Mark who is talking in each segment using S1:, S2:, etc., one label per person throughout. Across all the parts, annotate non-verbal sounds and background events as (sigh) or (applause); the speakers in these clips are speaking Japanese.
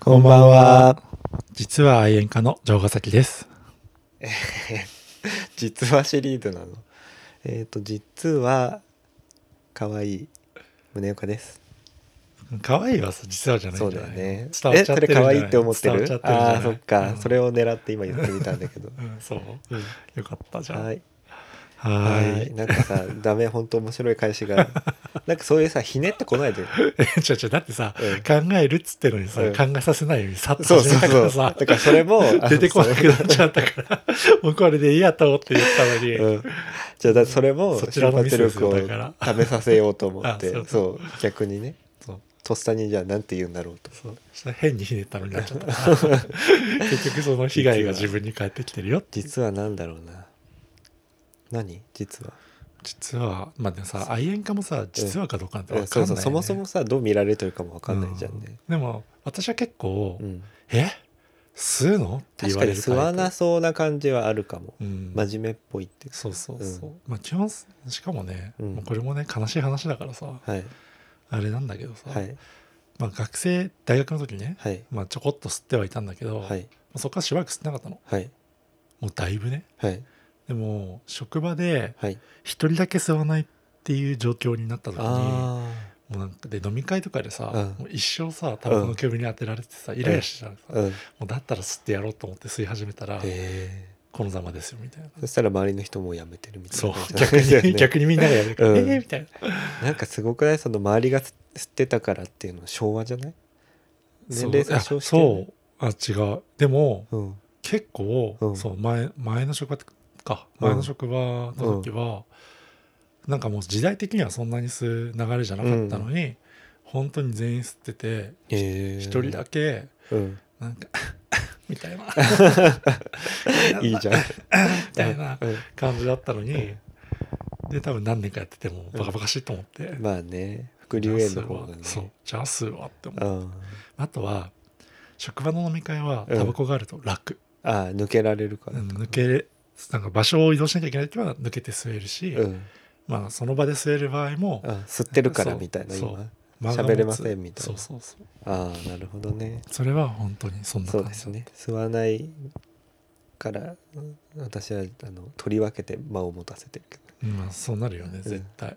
S1: こんばんは。実は愛煙家の城ヶ崎です。
S2: 実はシリーズなのえっ、と実は可愛い宗岡です
S1: 可愛いはさ実はじゃない
S2: そ
S1: ん
S2: う
S1: じゃ
S2: だ
S1: な
S2: よ
S1: い
S2: ね
S1: 伝わっ
S2: え
S1: ち
S2: そ
S1: ゃってる
S2: れ
S1: んじゃ
S2: 可
S1: ない
S2: 愛いって思って
S1: 伝わ
S2: る
S1: ちゃってるんじゃな
S2: あ
S1: い
S2: あーそっか、
S1: うん、
S2: それを狙って今言ってみたんだけど
S1: うん、そう。
S2: うん
S1: よかったじゃん。
S2: は
S1: はい
S2: いはいなんかさダメ本当面白い返し
S1: (laughs)
S2: がなんかそういうさひねってこないで
S1: え、 (laughs) ちょちょ、だってさ、考えるっつってのにさ、
S2: うん
S1: 考えさせないようにさっと
S2: そうそう
S1: 始めたか
S2: そう
S1: らさ、
S2: だからそれも
S1: 出てこなく
S2: あ
S1: なっちゃったから、もうこれでいいやと思って言ったのに、
S2: そううんじゃあだそれも
S1: そち
S2: 瞬
S1: らのミ
S2: 発
S1: スです
S2: 力
S1: よ
S2: を
S1: だから
S2: 食べさせようと思っ
S1: (laughs) あ
S2: て
S1: そう
S2: そう逆にね
S1: そう
S2: とっさにじゃあなんて言うんだろうと
S1: そうしたら変にひねったのになっち
S2: (laughs)
S1: ゃったから結局その被害が自分に返ってきてるよっていう
S2: 実はなんだろうな何実は、
S1: 実はまあでもさ愛煙家もさ実はかどうかなんて分か
S2: そ
S1: ん
S2: う
S1: な
S2: そ
S1: い、ね
S2: うそもそもさどう見られてるかもわかんないじゃんね、
S1: うでも私は結構「
S2: うん、
S1: え吸うの?」って言
S2: 確
S1: わ
S2: か
S1: れ
S2: に
S1: る
S2: 吸
S1: タイプ
S2: わなそうな感じはあるかも、
S1: うん、
S2: 真面目っぽいっていう
S1: そうそうそう、まあ基本しかもね、
S2: うん
S1: もうこれもね悲しい話だからさ
S2: はい
S1: あれなんだけどさ、
S2: はい
S1: まあ、学生大学の時ね、
S2: はい
S1: まあ、ちょこっと吸ってはいたんだけど、
S2: はい
S1: まあそこからしばらく吸ってなかったの
S2: はい
S1: もうだいぶね
S2: はい
S1: でも職場で
S2: はい
S1: 一人だけ吸わないっていう状況になった時にも
S2: あ
S1: うなんかで飲み会とかでさ、
S2: うん
S1: もう一生さタバコの煙に当てられてさ、イライラしてたらさ、
S2: あうんへ
S1: もうだったら吸ってやろうと思って吸い始めたら
S2: え
S1: このざまですよみたいな
S2: そしたら周りの人もうやめてるみたい
S1: そう
S2: な感じ
S1: (laughs) 逆
S2: だよ (laughs) ね
S1: に逆にみんながやめるから、
S2: うん
S1: えーみたいな
S2: なんかすごくないその周りが吸ってたからっていうのは昭和じゃない年齢
S1: そう
S2: 詐
S1: あ
S2: 称して
S1: そ
S2: る
S1: うあ違うでも
S2: うん
S1: 結構、
S2: うん
S1: そう前前の職場か
S2: うん
S1: 前の職場の時は、なんかもう時代的にはそんなに吸う流れじゃなかったのに、本当に全員吸ってて
S2: へえ
S1: 一人だけ
S2: うん
S1: なんか (laughs) みた
S2: (laughs)
S1: いな
S2: いいじゃんみ
S1: みたいな感じだったのに、で多分何年かやっててもバカバカしいと思って、
S2: まあね副
S1: ジ
S2: 流
S1: ャ
S2: 炎
S1: ース
S2: の
S1: は
S2: 方がね
S1: そうジャースはって思う
S2: うん
S1: あとは職場の飲み会は
S2: うん
S1: タバコがあると楽、
S2: ああ抜けられるか
S1: う
S2: ら
S1: ん抜けなんか場所を移動しなきゃいけない時は抜けて吸えるし、
S2: うん
S1: まあ、その場で吸える場合も
S2: あ吸ってるからみたいな
S1: そう
S2: 今
S1: 間が持つ
S2: 喋れませんみたいな
S1: そうそうそう
S2: ああなるほどね
S1: それは本当にそんな
S2: そう
S1: 感じ
S2: ですね吸わないからうん私はあの取り分けて間を持たせてるけ
S1: うんまあ、そうなるよね絶対、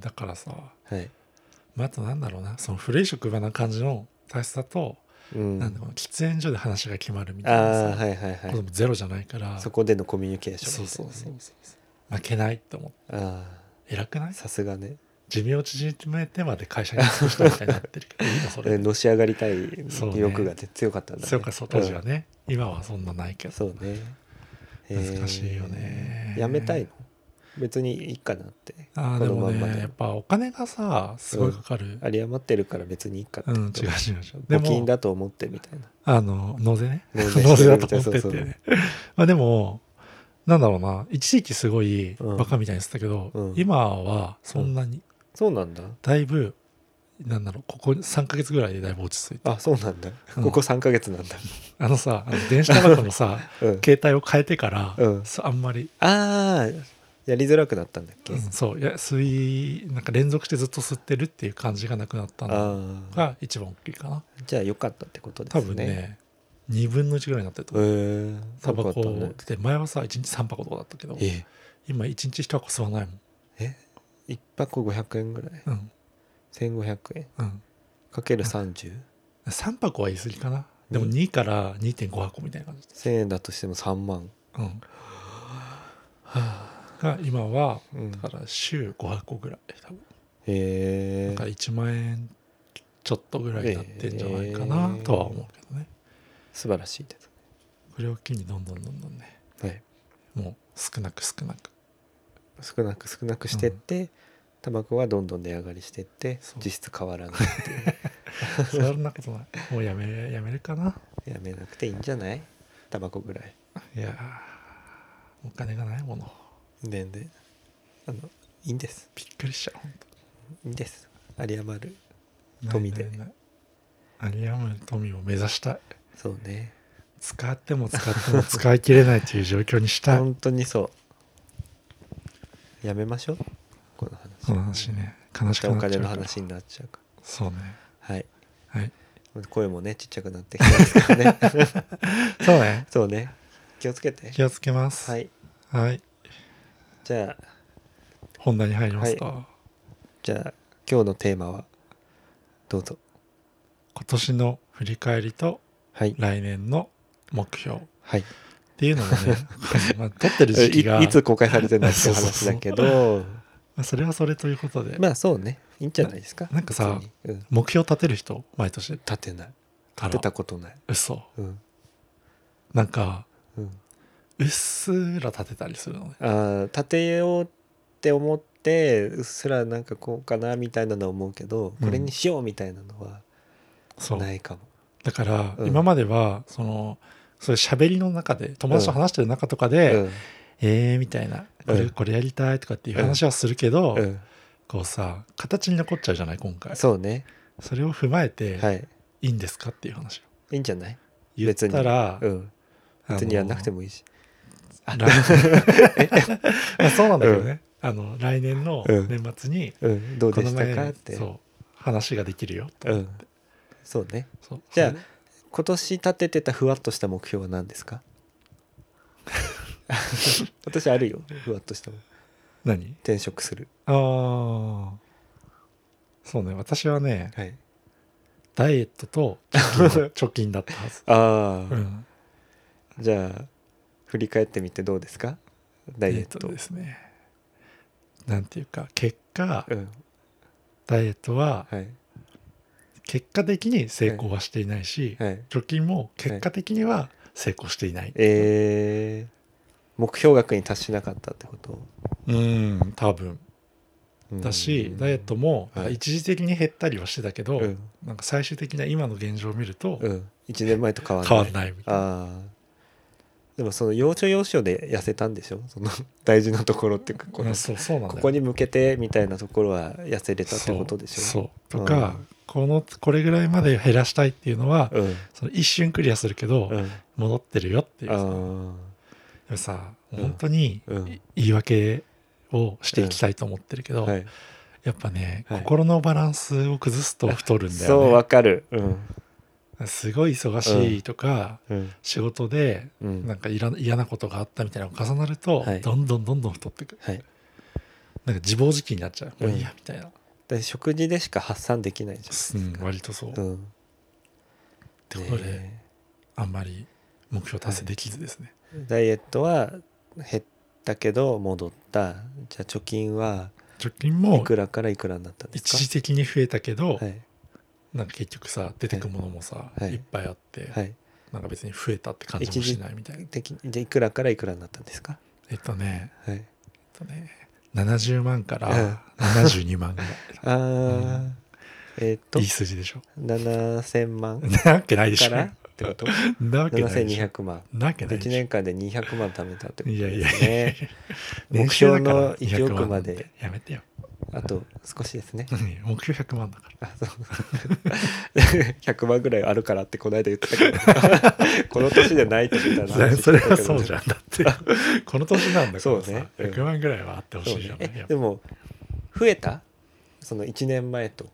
S1: だからさ、
S2: どはい
S1: まあ、あとなんだろうなその古い職場な感じの体質だと、
S2: うん
S1: なんだろう喫煙所で話が決まるみたいなさ
S2: ああはいはいは
S1: こと
S2: い
S1: もゼロじゃないから
S2: そこでのコミュニケーショ
S1: そ
S2: ン
S1: う
S2: みた
S1: そ
S2: いうなね
S1: そうそう負けないって思って
S2: あ
S1: 偉くな
S2: あ
S1: い
S2: さすがね
S1: 寿命を縮めてまで会社に勤したみたいになってるけ
S2: (laughs)
S1: どいいのそ
S2: え
S1: れ
S2: のし上がりたい
S1: そうね
S2: 欲がね強かったんだね
S1: そうかそう当時は
S2: ん
S1: ね、今はそんなないけど
S2: そうねえー
S1: 難しいよね
S2: やめたいの別にいいかなって
S1: ああ
S2: こ
S1: で
S2: のま
S1: も
S2: んま
S1: ね
S2: で
S1: やっぱお金がさすごいかかる
S2: 有り余ってるから別にいいかって
S1: うん、違う違う違うで
S2: 募金
S1: も
S2: だと思ってみたいな
S1: あの納税ね
S2: 納税
S1: 納税だと思ってって
S2: そうそう
S1: ねまあでもなんだろうな一時期すごい
S2: うん
S1: バカみたいにしてたけど、
S2: うん
S1: 今はそんなに
S2: そうなんだ
S1: だいぶなんだろうここ3ヶ月ぐらいでだいぶ落ち着いて
S2: あそうなんだ、
S1: うん
S2: ここ3ヶ月なんだ、
S1: あのさあの電子タバコの
S2: (laughs)
S1: さ
S2: うん、
S1: 携帯を変えてから、
S2: うん
S1: そうあんまり
S2: ああやりづらくなったんだっけ、
S1: うんそういや吸いなんか連続してずっと吸ってるっていう感じがなくなったの
S2: ああ
S1: が一番大きいかな
S2: じゃあよかったってことです
S1: 多
S2: ね
S1: 分ね2分の1ぐらいになってると
S2: え
S1: 思う
S2: ー、
S1: タバコ
S2: よかっ
S1: を
S2: たね
S1: で前はさ1日3箱とかだったけど
S2: え
S1: 今1日1箱吸わないもん
S2: え1箱500円ぐらい
S1: うん
S2: 1500円
S1: うん
S2: かける301000
S1: 3箱は言い過ぎかなでも
S2: うん
S1: 2から2.5箱みたいな感じ
S2: 円だとしても3万
S1: うんが今は
S2: うん
S1: だから週5箱ぐらい多分
S2: へ
S1: だ
S2: え
S1: から1万円ちょっとぐらいになってんじゃないかなとは思うけどね
S2: 素晴らしいで
S1: これを機にどんどんどんどんね
S2: す、はい、
S1: もう少なく少
S2: (laughs)
S1: なく
S2: 少なく少なくしてって、タバコはどんどん値上がりしてって
S1: そう
S2: 実質変わら (laughs) ないっていう
S1: そんなことないもうやめやめるかな
S2: やめなくていいんじゃないタバコぐらい
S1: いやーお金がないもの
S2: 全然あのいいんです
S1: びっくりしちゃう本
S2: いいんです有り余る
S1: 当
S2: 富で
S1: ないないない有り余る富を目指したい
S2: そうね
S1: 使っても使っても (laughs) 使い切れないという状況にしたい
S2: 本当にそうやめましょうこの話
S1: この話ね悲しく
S2: お
S1: なっちゃ
S2: 金
S1: う
S2: の
S1: から
S2: 話になっちゃうか
S1: そうね
S2: らはい
S1: はい
S2: 声もねちっちゃくなってきてますからね (laughs)
S1: そうね
S2: そうね気をつけて
S1: 気をつけます、
S2: はいい
S1: はい、
S2: じゃあ
S1: 本題に入りますか、
S2: じゃあ今日のテーマはどうぞ
S1: 今年の振り返りと
S2: はい
S1: 来年の目標っ
S2: はい
S1: ていうのも (laughs) ねまあ撮ってる時期が
S2: いい (laughs) つ公開されてるのっていう
S1: そうそう
S2: 話
S1: そう
S2: だけど
S1: まあそれはそれということで、
S2: まあそうねいいんじゃないですか
S1: なんかさ
S2: 普通にうん、
S1: 目標立てる人毎年
S2: 立てない
S1: か
S2: 立て
S1: ら
S2: たことない
S1: 嘘
S2: うん
S1: なんか
S2: うん
S1: うっすら立てたりするのね
S2: あー立てようって思ってうっすらなんかこうかなみたいなのは思うけど
S1: うん
S2: これにしようみたいなのは
S1: そう
S2: ないかも、
S1: だから
S2: うん
S1: 今まではそのそれ喋りの中で友達と話してる中とかで、
S2: うん
S1: えーみたいな
S2: う
S1: これ
S2: ん
S1: これやりたいとかっていう話はするけど、
S2: うん
S1: こうさ形に残っちゃうじゃない今回
S2: そ
S1: そ
S2: うね
S1: れを踏まえて、、
S2: はいい
S1: いんですかっていう話を
S2: いいんじゃない
S1: 言ったら
S2: うん別にやんなくてもいいし
S1: あの
S2: (laughs)
S1: まあそうなんだけどね、あの来年の
S2: うん
S1: 年末に
S2: うんどう
S1: こ
S2: で
S1: の
S2: したか
S1: 前
S2: って
S1: そう話ができるよと
S2: うんそうね
S1: そう
S2: じゃあ
S1: それ
S2: 今年立ててたふわっとした目標は何ですか (laughs) 私あるよふわっとしたもん
S1: 何
S2: 転職する
S1: ああそうね私はね
S2: はい
S1: ダイエッ
S2: (laughs)
S1: トと貯金貯金だったはず、
S2: ああ、
S1: うん、
S2: じゃあ振り返ってみてどうですかダ
S1: ダ
S2: イ
S1: イ
S2: エ
S1: エ
S2: ッ
S1: ッ
S2: ト
S1: トですねなんていうか結果
S2: うん
S1: ダイエットは
S2: はい
S1: 結果的に成功はしていないし、
S2: はい
S1: 貯金も結果的には成功していない、
S2: えー、目標額に達しなかったってこと
S1: うん多分だし、ダイエットも
S2: はい
S1: 一時的に減ったりはしてたけど、
S2: うん、
S1: なんか最終的な今の現状を見ると
S2: うん、1年前と変わらない
S1: 変わんないみたいな、
S2: ああでもその要所要所で痩せたんでしょその大事なところっていうかこ
S1: ま
S2: の
S1: あそうそうなんだ
S2: こ
S1: よ
S2: こに向けてみたいなところは痩せれたってことでしょ
S1: そううそうとか、
S2: うん
S1: このこれぐらいまで減らしたいっていうのは、
S2: うん
S1: その一瞬クリアするけど、
S2: うん
S1: 戻ってるよっていうさで
S2: あ
S1: もさ
S2: うん
S1: 本当に
S2: うん
S1: い言い訳をしていきたいと思ってるけ
S2: あ
S1: ど、
S2: はい
S1: やっぱね、
S2: はい
S1: 心のバランスを崩すと太るんだ
S2: そう
S1: よ
S2: わかるうん
S1: ねすごい忙しいとか、
S2: うん
S1: 仕事で
S2: うん
S1: なんかいら嫌なことがあったみたいなのが重なると、
S2: はい
S1: どんどんどんどん太ってくる
S2: はい
S1: なんか自暴自棄になっちゃう、
S2: うん
S1: もういいやみたいな、
S2: で食事でしか発散できないじ
S1: うん、割とそう、
S2: ゃん
S1: っ
S2: うん
S1: てことで、
S2: ね
S1: あんまり目標達成できずですね、
S2: えダイエットは減ったけど戻ったじゃあ貯金は
S1: 貯金
S2: い
S1: も
S2: くらからいくらになったんですか
S1: 一時的に増えたけど、
S2: はい
S1: なんか結局さ出てくものもさ、
S2: はい
S1: い、っぱいあって、
S2: はい
S1: なんか別に増えたって感じもしないみたいな
S2: できじゃあいくらからいくらになったんですか
S1: えっとね
S2: はい
S1: えっとね70万か
S2: うん
S1: ら72万ぐらい
S2: あーえーっと
S1: いい数字でしょ
S2: 7000万
S1: なわけないでし
S2: か
S1: ょ
S2: らって (laughs) こと
S1: なわけないでしょ
S2: 7200万
S1: なわけないでし
S2: 1
S1: ょ
S2: 年間で200万貯めたってこと
S1: いやい
S2: で
S1: や
S2: す
S1: いやい
S2: ね
S1: や
S2: 目標の1億ま
S1: 年収だから200万なん
S2: で
S1: てやめてよ (laughs)
S2: あと少しですね
S1: 目標100万だから
S2: あそう (laughs) 100万ぐらいあるからってこの間言ってたけど (laughs) この年でないってみたいな話
S1: それはそうじ
S2: ゃん
S1: ゃん
S2: (laughs)
S1: だってこの年なんだから
S2: そう
S1: さ、
S2: ねうん
S1: 100万ぐらいはあってほ
S2: そう
S1: しいじ
S2: ね
S1: ゃん、
S2: え
S1: やっぱ
S2: でも増えたその1年前と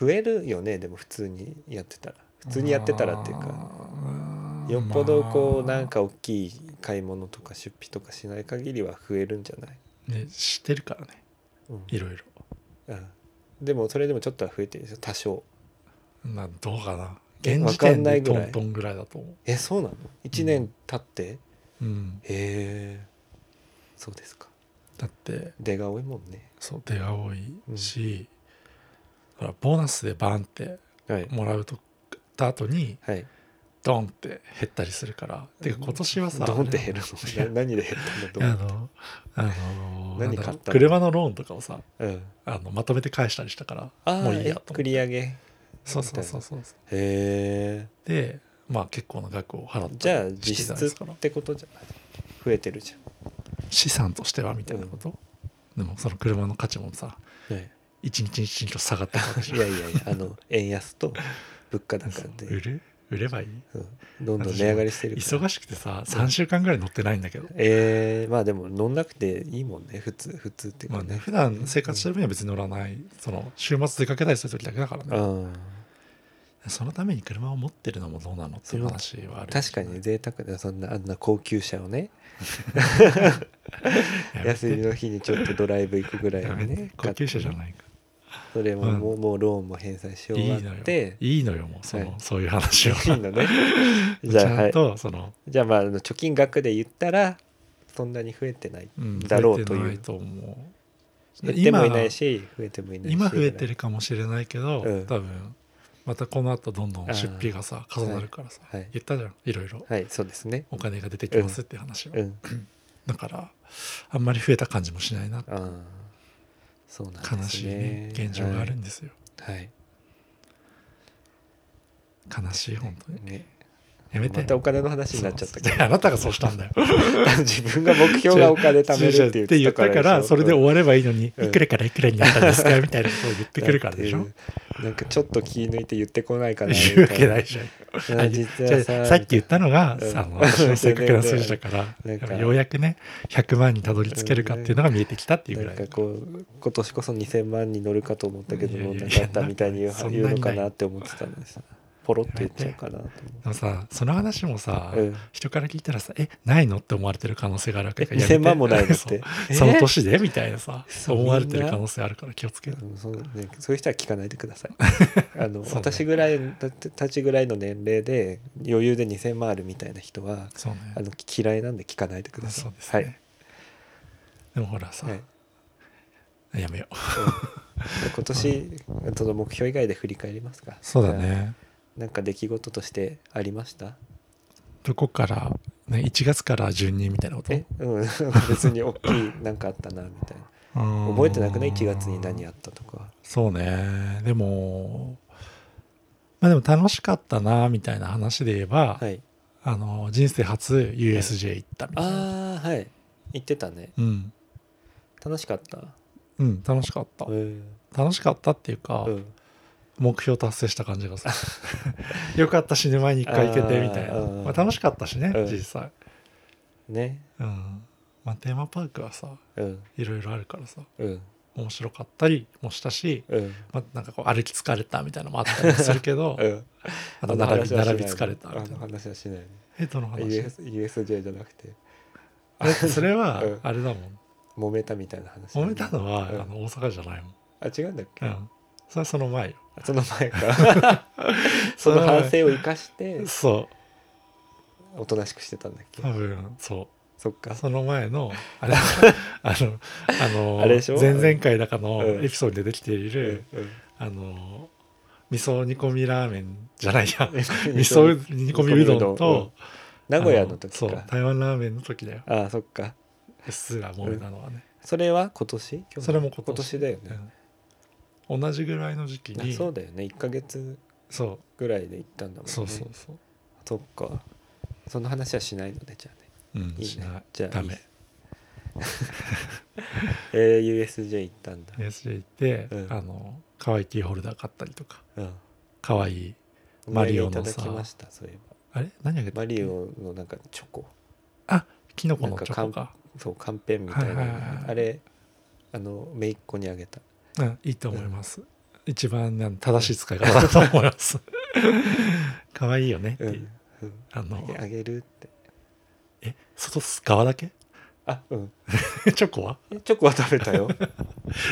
S2: 増えるよねでも普通にやってたら普通にやってたらっていうか
S1: あー
S2: よっぽどこう
S1: まあ
S2: なんか大きい買い物とか出費とかしない限りは増えるんじゃない、
S1: ね知ってるからね
S2: うん
S1: いろいろ
S2: うんでもそれでもちょっとは増えてるでしょ多少
S1: なんどうかな
S2: え
S1: 現時点
S2: わかんな
S1: で
S2: いぐ
S1: ト
S2: らい
S1: ントンぐらいだと思
S2: えそうなの1年経って、へ
S1: う、うん、
S2: えそうですか
S1: だって
S2: 出が多いもんね
S1: そう出が多いし、ほらボーナスでバンって
S2: はい
S1: もらうとた後に
S2: はい
S1: ドンって減ったりするからてか今年はさ
S2: ドンって減る
S1: い
S2: の (laughs)
S1: や
S2: な何で減った
S1: あ
S2: のドン
S1: の、あの
S2: 何
S1: なんだろ
S2: 買
S1: う
S2: ったの
S1: 車のローンとかをさ
S2: うん
S1: あのまとめて返したりしたから
S2: あ
S1: もう
S2: ー
S1: いいや
S2: え
S1: と思
S2: 繰
S1: って
S2: り上げへ
S1: そうそうそうそう
S2: え
S1: でまあ結構な額を払ったり
S2: じゃあ
S1: してた
S2: 実
S1: んです
S2: 質
S1: から
S2: ってことじゃない増えてるじ
S1: 資産としてはみたいなこと、でもその車の価値もさ
S2: ゃん、はい
S1: 一日一日と下がってくる
S2: (laughs) いやいやいやあの円安と物価高
S1: そう
S2: で、 (laughs)
S1: 売る売ればいい
S2: うん、どんどん値上がりしてるから
S1: 忙しくてさ3週間ぐらい乗ってないんだけど、
S2: えー、まあでも飲んなくていいもんね普通普通っていう
S1: ま
S2: か
S1: あね
S2: ね,、
S1: 普段生活してる分には別に乗らないその週末出かけたりする時だけだからね
S2: ああ
S1: そのために車を持ってるのもどうなのっていう話はある
S2: 確かに贅沢だよそんなあんな高級車をね
S1: やめて
S2: 休みの日にちょっとドライブ行くぐらい
S1: や
S2: は
S1: め
S2: ね
S1: て高級車じゃ
S2: い
S1: ないか
S2: それも
S1: うん
S2: もう,、もうローンも返済し
S1: い
S2: 終
S1: い
S2: わ
S1: の
S2: っ
S1: よ
S2: て
S1: いいのよもうその、
S2: はい
S1: そうい
S2: (laughs)
S1: う話は
S2: いいのね
S1: ち
S2: じゃあ
S1: ゃ
S2: は
S1: ん
S2: い
S1: とその、
S2: じゃあまああの貯金額で言ったらそんなに増えてない
S1: うん、
S2: だろうという
S1: 増えてないと思う
S2: 減ってもいないし増えてもいないし
S1: 今増えてるかもしれないけど、
S2: うん
S1: 多分またこの後どんどん出費がさ
S2: ー
S1: 重なるからさ、
S2: はい
S1: 言ったじゃんいろいろ
S2: はいそうですね
S1: お金が出てきますっていう話は、
S2: うん
S1: だからあんまり増えた感じもしないな
S2: ああそうなんですね
S1: 悲しいね現状があるんですよ、
S2: はい、はい
S1: 悲しい本当に
S2: ね、
S1: やめて
S2: またお金の話になっちゃったけ
S1: そうそうあなたがそうしたんだよ
S2: ど (laughs) 自分が目標がお金貯めるって言って
S1: 言ったからそれで終わればいいのに、
S2: うん
S1: いくらからいくらになったんですかみたいなことを言って
S2: て
S1: くるからでしょ
S2: なんかちょっと気抜いて言ってこないかな
S1: 言うわ
S2: (laughs)
S1: けないじゃん
S2: いや実は
S1: じゃ
S2: さ
S1: あさっき言ったのが、
S2: うん
S1: さ私の正確な数字だから
S2: (laughs) なんか
S1: ようやくね100万にたどり着けるかっていうのが見えてきたっていうぐらい、
S2: なんかこう今年こそ2000万に乗るかと思ったけど
S1: いや
S2: も
S1: いや
S2: ない
S1: や
S2: かったみたいに言う
S1: そんな
S2: 言
S1: に
S2: う
S1: ない
S2: のかなって思ってたんですポロッと言っちゃうかなと思
S1: でもさその話もさ、
S2: うん
S1: 人から聞いたらさ「えないの?」って思われてる可能性があるわけだから
S2: え2000万もないのって
S1: (laughs) そう
S2: え
S1: その年でみたいなさ
S2: そう
S1: 思われてる可能性あるから気をつけて
S2: うんそうね、そういう人は聞かないでくだ
S1: (laughs)
S2: さいあの、
S1: そうね
S2: 私ぐらいたたちぐらいの年齢で余裕で2000万あるみたいな人は
S1: そうね
S2: あの嫌いなんで聞かないでください
S1: そうです
S2: は
S1: ね、
S2: い
S1: でもほらさ、
S2: はい、
S1: やめよう
S2: 今年その目標以外で振り返りますか
S1: そうだね
S2: なんか出来事としてありました
S1: どこから、ね、1月から順にみたいなこと
S2: えうん (laughs) 別に大きいなんかあったなみたいな覚
S1: 覚
S2: えてなくない1月に何あったとか
S1: そうねでもまあでも楽しかったなみたいな話で言えば、
S2: はい
S1: あの人生初 USJ 行ったみたいな、
S2: ああはい言ってたね
S1: うん
S2: 楽しかった
S1: うん楽しかった
S2: うん
S1: 楽しかったっていうか、
S2: うん
S1: 目標達成した感じがする (laughs) よかった死ぬ前に一回行けてみたい
S2: あ
S1: な
S2: ーうん
S1: まあ、楽しかったしね、
S2: うん
S1: 実際
S2: ね
S1: うんまあテーマパークはさ
S2: うん
S1: いろいろあるからさ
S2: うん
S1: 面白かったりもしたし、
S2: うん
S1: まあ、なんかこう歩き疲れたみたいなのもあったりもするけど、
S2: (laughs) うん
S1: あと
S2: の
S1: 並
S2: 話は
S1: び
S2: しない
S1: 並び疲れたみ
S2: あ
S1: たい
S2: の
S1: な
S2: 話はしないね
S1: えどの話
S2: US USJ じゃなくて
S1: だってそれは
S2: うん
S1: あれだもん
S2: 揉めたみたいな話
S1: 揉めたのは、
S2: うん
S1: あの大阪じゃないもん、
S2: あ違うんだっ
S1: う
S2: け
S1: ん、それはその前よ
S2: その前
S1: (laughs)
S2: かその反省を生かして
S1: そ
S2: おとなしくしてたんだっ
S1: う
S2: け
S1: 多分そ
S2: そっ
S1: う
S2: か
S1: その前
S2: (laughs)
S1: のあれあのあの
S2: あれでしょ
S1: 前々回だかの
S2: うん
S1: エピソードで出てきていうる、あの味噌煮込みラーメンじゃない
S2: (laughs)
S1: や味
S2: ん
S1: 噌煮込みうどんと、
S2: うん名古屋の時
S1: あそう
S2: か
S1: 台湾ラーメンの時だよ
S2: ああそっか
S1: うっすら揉めたのはね、
S2: それは今年去年
S1: それも今年
S2: 今年だよね、
S1: うん同じぐらいの時期に
S2: あそうだよね1か月
S1: そう
S2: ぐらいで行ったんだもんね
S1: そうそうそう。
S2: そっかその話はしないのでじゃあね
S1: うん、
S2: いいね
S1: しない。
S2: じゃあ
S1: ダ
S2: いい (laughs)
S1: メ
S2: っ。えー、USJ 行ったんだ、
S1: USJ 行って、
S2: うん
S1: あの、可愛いキーホルダー買ったりとか、
S2: うん、
S1: 可愛い、
S2: お
S1: マ
S2: 土
S1: リ
S2: 産
S1: オ
S2: いた
S1: の
S2: だ
S1: さ
S2: きましたそういえば
S1: あれ何あげた
S2: マリオのなんかチョコ
S1: あ、キノコのチョコか。
S2: そうカンペンみたいなの
S1: はいはいはいはい
S2: あれあの姪っ子にあげた
S1: うん、いいと思います。一番なん正しい使い方だと思います。 (laughs) 可愛いよねって
S2: う
S1: い
S2: ん
S1: う。
S2: うん
S1: あ
S2: あ
S1: の
S2: げ、あげるって
S1: え、外す側だけ (laughs)
S2: あうん
S1: チョコは
S2: えチョコは食べた
S1: (laughs)
S2: よ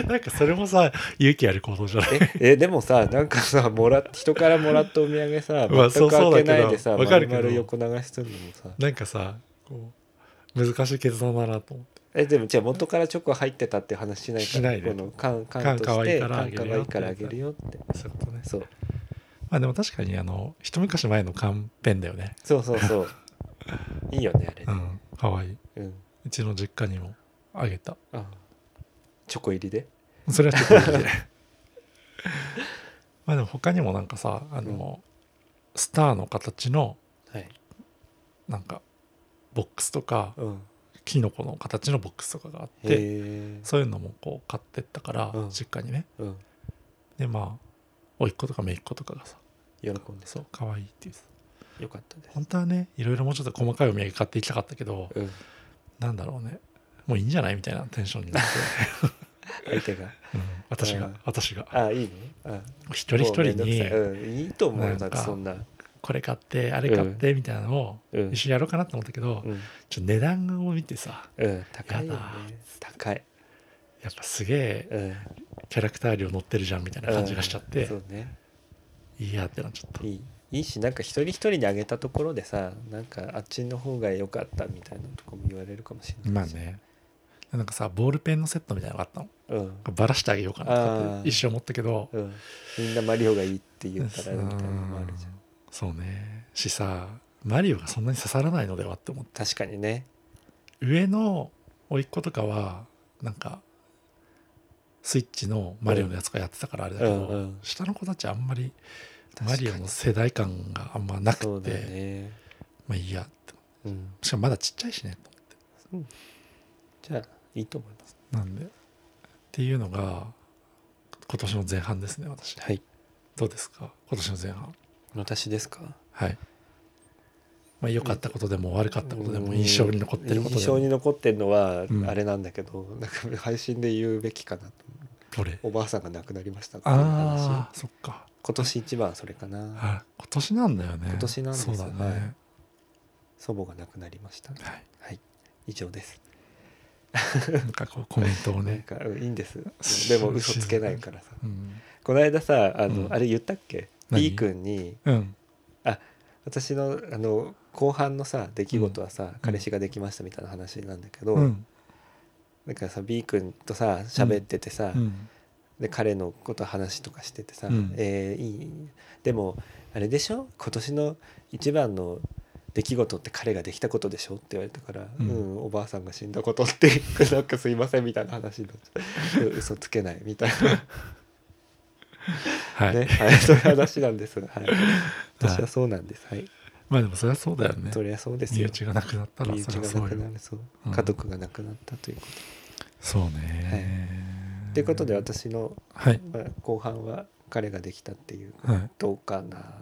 S1: なんかそれもさ、勇気ある行動じゃない
S2: ええでもさなんかさもら人からもらったお土産さ
S1: (laughs) まあ
S2: 全
S1: そう
S2: く
S1: そ
S2: 開
S1: うだ
S2: け
S1: けど
S2: ないでさ
S1: わか
S2: 丸
S1: るけど
S2: 々横流しするのもさ
S1: なんかさ、こう、難しい決断だなと思って。
S2: えでもじゃあ元からチョコ入ってたって話しないから
S1: しないで
S2: この缶
S1: 缶
S2: 缶と
S1: 可
S2: し
S1: 愛い
S2: て
S1: からあ
S2: 缶
S1: げ
S2: か
S1: る
S2: わ
S1: よ
S2: い
S1: っ
S2: い
S1: て
S2: からあげるよって
S1: そういうことね。
S2: そう
S1: まあでも確かに、あの、一昔前のカンペンだよね。
S2: そうそうそう
S1: (laughs)
S2: いいよねあれ
S1: う
S2: ね
S1: ん、可愛い
S2: うん、
S1: うちの実家にもあげた。
S2: あチョコ入りで
S1: それはちょっと嬉しい (laughs) まあでも他にもなんかさ、あの、スターの形の
S2: はい
S1: なんかボックスとか、
S2: うん
S1: キノコの形のボックスとかがあっ
S2: へ
S1: て、
S2: え
S1: そういうのもこう買ってったから、
S2: うん
S1: 実家にね。
S2: うん
S1: で、まあ、甥っ子とか姪っ子とかがさ、
S2: 喜んで
S1: そう、可愛いっていうさ。
S2: よかったです
S1: 本当はね、いろいろもうちょっと細かいお土産買っていきたかったけど、
S2: うん
S1: なんだろうね。もういいんじゃないみたいなテンションになって。
S2: 相手が
S1: うん私が、
S2: うん
S1: 私が
S2: あいいのあ
S1: 一人一
S2: も
S1: 人
S2: うめんど
S1: に
S2: くさいうん、いいと思うよ
S1: なんか
S2: なんかそんな、
S1: これ買ってあれ買ってみたいなのを
S2: うん
S1: 一緒にやろうかなと思ったけど、
S2: うん
S1: ちょっと値段を見てさ
S2: うん、高いよね
S1: やだ
S2: 高い、
S1: やっぱすげえ
S2: うん、
S1: キャラクター量乗ってるじゃんみたいな感じがしちゃって、
S2: うんそうね
S1: いいやってなっちゃった
S2: いいいいしなんか一人一人にあげたところでさなんかあっちの方が良かったみたいなとこも言われるかもしれな
S1: まあ
S2: いし、
S1: ねなんかさボールペンのセットみたいなのがあったの
S2: うん
S1: バラしてあげようかなとかって一瞬思ったけど
S2: うん、みんなマリオがいいって言うから
S1: うん
S2: みたいなのもあるじゃん
S1: そうねしさマリオがそんなに刺さらないのではって思って
S2: 確かにね
S1: 上の甥っ子とかはなんかスイッチのマリオのやつとかやってたからあれだけど、
S2: うんうん
S1: 下の子たちあんまり
S2: 確か
S1: マ
S2: に
S1: リオの世代感があんまな
S2: そ
S1: く
S2: うだ
S1: て、
S2: よね、
S1: まあいいやって
S2: うん、
S1: しかもまだちっちゃいしねと思って
S2: じゃあいいと思います
S1: なんでっていうのが今年の前半ですね私
S2: はい
S1: どうですか今年の前半
S2: 私ですか
S1: はいまあ良かったことでも悪かったことでも印象に残ってること
S2: 印
S1: で
S2: 象に
S1: も
S2: 残ってるのは
S1: うん
S2: あれなんだけど、なんか配信で言うべきかなと
S1: どれ
S2: おばあさんが亡くなりましたっていう話
S1: ああそっか
S2: 今年一番それかな
S1: あ今年なんだよね
S2: 今年なんです
S1: そうだね
S2: 祖母が亡くなりました
S1: はい
S2: はい以上です
S1: なんかこうコメントを
S2: (laughs) なん
S1: ね、
S2: かうんいいんですでも嘘つけないからさ
S1: うん、
S2: この間さあの、
S1: うん
S2: あれ言ったっけ
S1: 何
S2: B 君に
S1: うん、
S2: 私のあの後半のさ出来事はさ、彼氏ができましたみたいな話なんだけど、
S1: うん、
S2: だからさ B 君とさ喋っててさ、
S1: うん、
S2: で彼のこと話とかしててさ「
S1: うん
S2: えーいいでもあれでしょ今年の一番の出来事って彼ができたことでしょ?」って言われたから「う、
S1: うんん
S2: おばあさんが死んだこと」って (laughs) なんかすいませんみたいな話になっちゃう嘘つけないみたい
S1: は、
S2: ないね、はい、そういう話なんですはい私はそうなんですはい
S1: まあでもそれはそうだよね
S2: そりゃそうです
S1: 身
S2: よ
S1: 内がなくなったら
S2: 身
S1: そ
S2: 内
S1: れは
S2: が
S1: そ
S2: な
S1: う
S2: く
S1: よ
S2: なるそう
S1: うん
S2: 家族がなくなったということ、
S1: そうね、
S2: ということで私の、
S1: はい
S2: まあ、後半は彼ができたっていう
S1: はい
S2: どうかな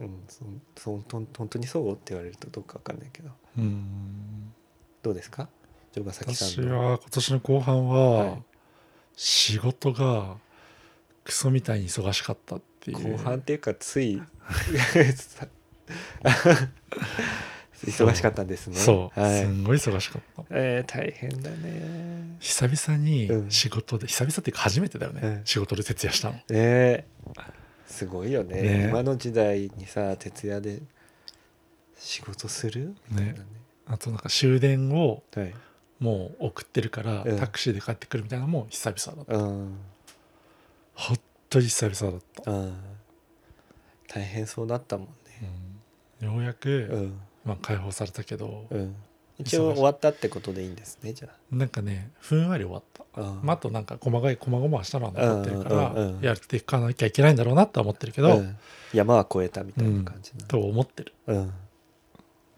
S2: うんそんそんとん本当にそうって言われるとどうかわかんないけど
S1: うん
S2: どうですか城ヶ崎
S1: 私
S2: さんの
S1: は今年の後半は、
S2: はい
S1: 仕事がクソみたいに忙しかったってい
S2: 後
S1: う
S2: 半っていうかつ
S1: (laughs)
S2: いさ忙しかったんですね
S1: そう、
S2: はい
S1: すんごい忙しかった
S2: えー大変だね
S1: 久々に
S2: うん
S1: 仕事で、久々っていうか初めてだよね、
S2: うん
S1: 仕事で徹夜したの
S2: ねえすごいよね
S1: ね
S2: 今の時代にさ徹夜で仕事するみたいなね
S1: あとなんか終電を
S2: はい
S1: もう送ってるから、
S2: うん
S1: タクシーで帰ってくるみたいなのも久々だった
S2: うん
S1: 本当に久々だった、
S2: うん大変そうだったもんね
S1: うんようやく、
S2: うん
S1: まあ、解放されたけど、
S2: うん、一応終わったってことでいいんですねじゃ
S1: なんかねふんわり終わった、
S2: あ。うん
S1: まあ、あとなんか細かい細々したのは残ってるから、
S2: うんうんうん
S1: やっていかなきゃいけないんだろうなとは思ってるけど、
S2: うん山は越えたみたいな感じな
S1: と思ってる
S2: うん、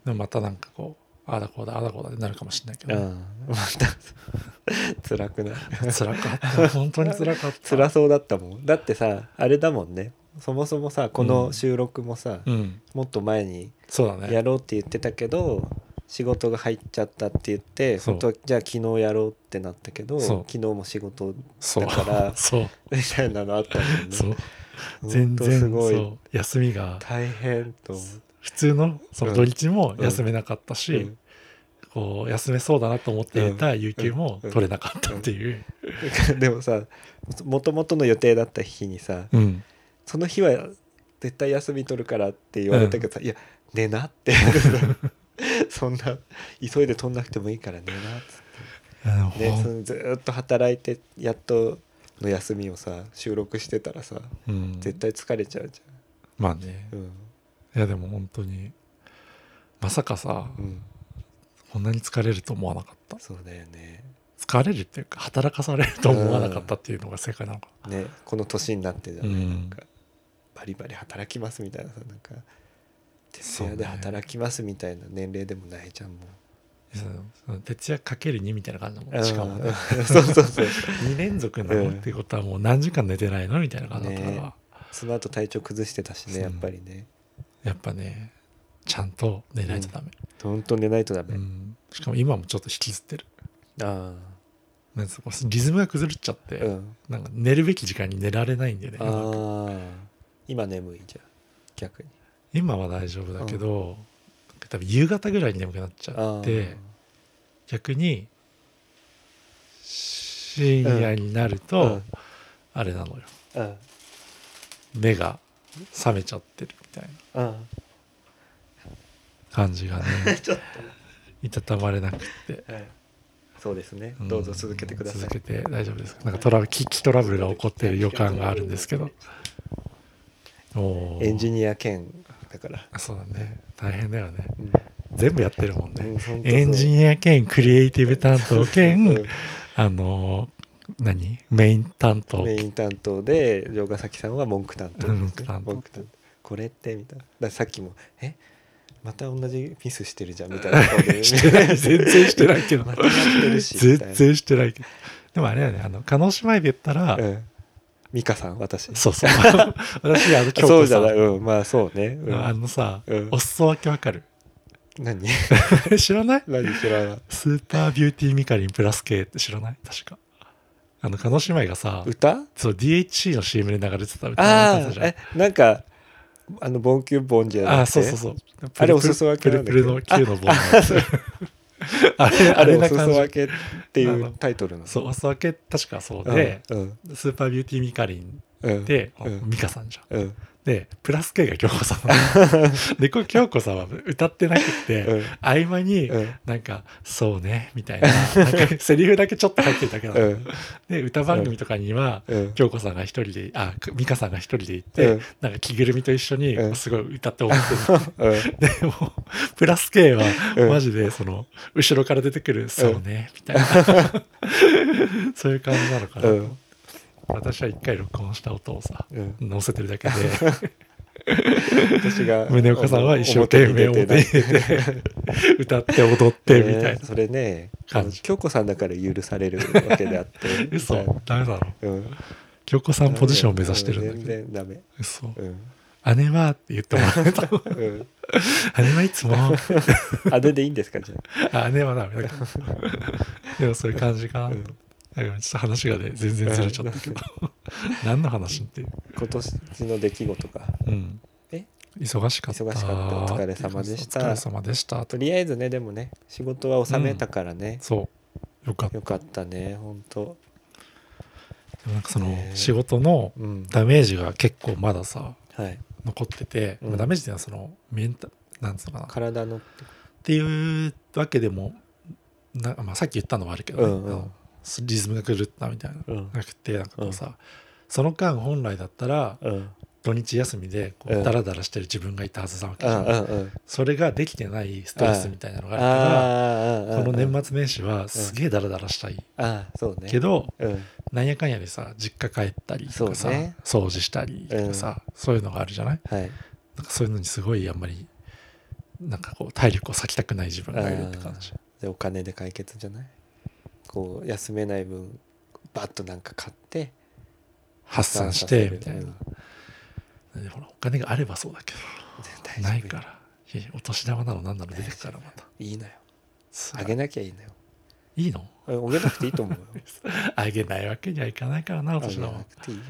S1: でもまたなんかこうああだこうだああだこうだってなるかもしれないけ
S2: う
S1: ど、
S2: ん、 (laughs) また辛くない
S1: (laughs) 辛かった (laughs) 本当に辛かった
S2: (laughs) 辛そうだったもんだってさあれだもんねそもそもさこ
S1: う
S2: の
S1: ん
S2: 収録もさ、
S1: うん
S2: もっと前に
S1: そうだね
S2: やろうって言ってたけど仕事が入っちゃったって言って
S1: そう
S2: 本当はじゃあ昨日やろうってなったけど
S1: そう
S2: 昨日も仕事
S1: そう
S2: だから
S1: (laughs) そう
S2: みたいなのあったもんね
S1: そう
S2: ほんと
S1: 全然
S2: すごい
S1: そう休みが
S2: 大変と思
S1: 普通のその土日も休めなかった
S2: う
S1: し、
S2: うん
S1: こう休めそうだなと思っていた有給も取れなかったっていう、
S2: (laughs) でもさもともとの予定だった日にさ
S1: うん、
S2: その日は絶対休み取るからって言われたけどさ、いや寝なって (laughs) そんな急いで取んなくてもいいから寝なっつ
S1: あ
S2: って、ね、そ
S1: の
S2: のずーっと働いてやっとの休みをさ収録してたらさ
S1: うん、
S2: 絶対疲れちゃうじ
S1: まあね
S2: ゃん。うん
S1: いやでも本当にまさかさ
S2: うん、
S1: こんなに疲れると思わなかった
S2: そうだよね
S1: 疲れるっていうか働かされると思わなかったっていうのが正解なのか
S2: ねこの年になってじゃない、
S1: うん
S2: なんかバリバリ働きますみたいなさなんか徹
S1: そう
S2: 夜
S1: ね
S2: で働きますみたいな年齢でもないじゃんもう。
S1: な、その徹夜かける2みたいな感じだも
S2: うんん (laughs)
S1: しかも、ね、
S2: そうそうそう
S1: 2連続なのっていうことはもう何時間寝てないのみたいな感じだったから、
S2: ねその後体調崩してたしね
S1: そう
S2: やっぱりね
S1: やっぱねちゃんと寝ないとダメ、
S2: ほんと寝ないとダ
S1: う
S2: メ、
S1: んしかも今もちょっと引きずってる
S2: ああ
S1: なんつうのリズムが崩れちゃって、
S2: うん
S1: なんか寝るべき時間に寝られないんだよね
S2: あー今眠いじゃん逆に
S1: 今は大丈夫だけど、多分夕方ぐらいに眠くなっちゃ
S2: あ
S1: って逆に深夜になると、
S2: うんうん
S1: あれなのよ
S2: あうん
S1: 目が覚めちゃってるみたいな
S2: うん
S1: 感じがね
S2: (laughs) ちょっ
S1: いたたまれなくって。
S2: と、はいそうですね
S1: ん
S2: どうぞ続けてください、
S1: 続けて大丈夫ですかなんかトラブル危機トラブルが起こってる予感があるんですけどお
S2: (laughs)
S1: ー
S2: エンジニア兼だから、
S1: あそうだね大変だよね
S2: うん
S1: 全部やってるもんね、
S2: うんほんとそう
S1: エンジニア兼クリエイティブ担当
S2: う
S1: 兼
S2: ん
S1: あのー何メイン担当
S2: メイン担当で城ヶ崎さんは文句担当
S1: 文句担当
S2: 文句担当これってみたいなだからさっきも「えまた同じミスしてるじゃん」みたいな顔で
S1: してない全然してないけど
S2: またやってるしみ
S1: 全
S2: たいな
S1: 然してないけどでもあれだよねあの叶姉妹で言ったら、
S2: うん美香さん私
S1: そ
S2: (laughs)
S1: うそう私あの京
S2: そう
S1: 子
S2: じ
S1: さ
S2: ゃ
S1: ん
S2: ないうんまあそうね、うん
S1: あのさ、
S2: うん
S1: お裾分けわ
S2: (laughs)
S1: かる
S2: 何
S1: 知らない
S2: 何知らない
S1: スーパービューティーミカリンプラス K って知らない確か。あの、叶姉妹がさ、
S2: 歌
S1: そう、DHC の CM で流れてたみたいな
S2: あ
S1: 歌じ
S2: あ
S1: ゃん
S2: え。なんかあのボンキューボンじゃなくて
S1: あー、そうそうそう。
S2: あれお裾分け
S1: プ
S2: な
S1: ル
S2: んだ
S1: プ
S2: け
S1: ル
S2: ど
S1: の Q のボール。 (laughs) あれ、
S2: あ
S1: あ
S2: れ
S1: れ
S2: お
S1: な
S2: 裾
S1: 感
S2: 分
S1: じ。
S2: けっていうタイトルなの
S1: そう、お裾分け、確かそう
S2: うん
S1: で、
S2: うん
S1: スーパービューティーミカリン
S2: うん
S1: で、
S2: うん
S1: ミカさんじゃん。
S2: うん
S1: で、プラス K が京子さんなの
S2: (laughs)
S1: で、これ京子さんは歌ってなくて、
S2: うん
S1: 合間に、
S2: うん
S1: なんか、そうね、みたいな、なんかセリフだけちょっと入ってるだけなの。
S2: うん
S1: で歌番組とかには、
S2: うん
S1: 京子さんが一人であ美香さんが一人で行って、
S2: うん
S1: なんか着ぐるみと一緒に、
S2: うん
S1: すごい歌って踊ってる
S2: うん
S1: でもプラス K は、
S2: うん
S1: マジでその後ろから出てくる「そうね」みたいな (laughs) そういう感じなのかな、
S2: うん
S1: 私は一回録音した音をさ、
S2: うん
S1: 載せてるだけで
S2: 私が
S1: 宗岡さんは一生懸命
S2: 表
S1: 表
S2: に
S1: に
S2: 出て
S1: 出て歌って踊ってみたい
S2: ね
S1: な
S2: それね
S1: 感じ
S2: 京子さんだから許されるわけであって
S1: (laughs) 嘘ダメだろ
S2: うん
S1: 京子さんポジションを目指してるんだけ
S2: 全然
S1: ど
S2: ダメ
S1: 嘘
S2: うん
S1: 姉はって言ってもらえ
S2: (laughs)
S1: た
S2: うん
S1: 姉はいつも
S2: あれでいいんですかじゃあ
S1: あ姉はダメだからでもそういう感じかなと、
S2: うん
S1: なんかちょっと話がね全然ずれちゃったけど何の話っていう、
S2: 今年の出来事か
S1: うん、
S2: え
S1: 忙しかった
S2: 忙しかったお疲れ様でした
S1: お疲れ様でした
S2: とりあえずねでもね仕事は収めたからね
S1: そうよかった
S2: よかったね本当
S1: なんかその
S2: ね
S1: 仕事の
S2: うん
S1: ダメージが結構まださ
S2: はい
S1: 残ってて、
S2: うん
S1: ダメージっていうのはそのメンタなんつうのかな
S2: 体の
S1: っていうわけでもな、まあ、さっき言ったのはあるけど、ね
S2: うんうん
S1: あのリズムが狂ったみたいな、
S2: うん
S1: なくてなんかこうさ、その間本来だったら
S2: うん
S1: 土日休みでこ
S2: うん
S1: うダラダラしてる自分がいたはずなわけ
S2: う
S1: じゃ
S2: ん
S1: ん、
S2: うんうん
S1: それができてないストレスみたいなのがあ
S2: あ
S1: るか
S2: あ
S1: らこの年末年始はすげえダラダラしたい
S2: ああそうね
S1: けど、
S2: うん
S1: なんやかんやでさ実家帰ったりと
S2: そ
S1: かさ、
S2: うね
S1: 掃除したりとかさ、そういうのがあるじゃない
S2: はい
S1: なんかそういうのにすごいあんまりなんかこう体力を割きたくない自分がいるって感じ。
S2: でお金で解決じゃないこう休めない分バッとなんか買って
S1: 発散してみたいな
S2: うん、
S1: でほらお金があればそうだけ
S2: 大丈
S1: ど
S2: 夫
S1: ないからいやお年玉なの何なの出てくからまた
S2: いいのよ
S1: つら
S2: あ
S1: い
S2: げなきゃいいのよ
S1: いいの
S2: あげなくていいと思
S1: (laughs)
S2: うよ
S1: あげないわけにはいかないからなお
S2: あげ
S1: 年
S2: な
S1: 玉
S2: くていいよ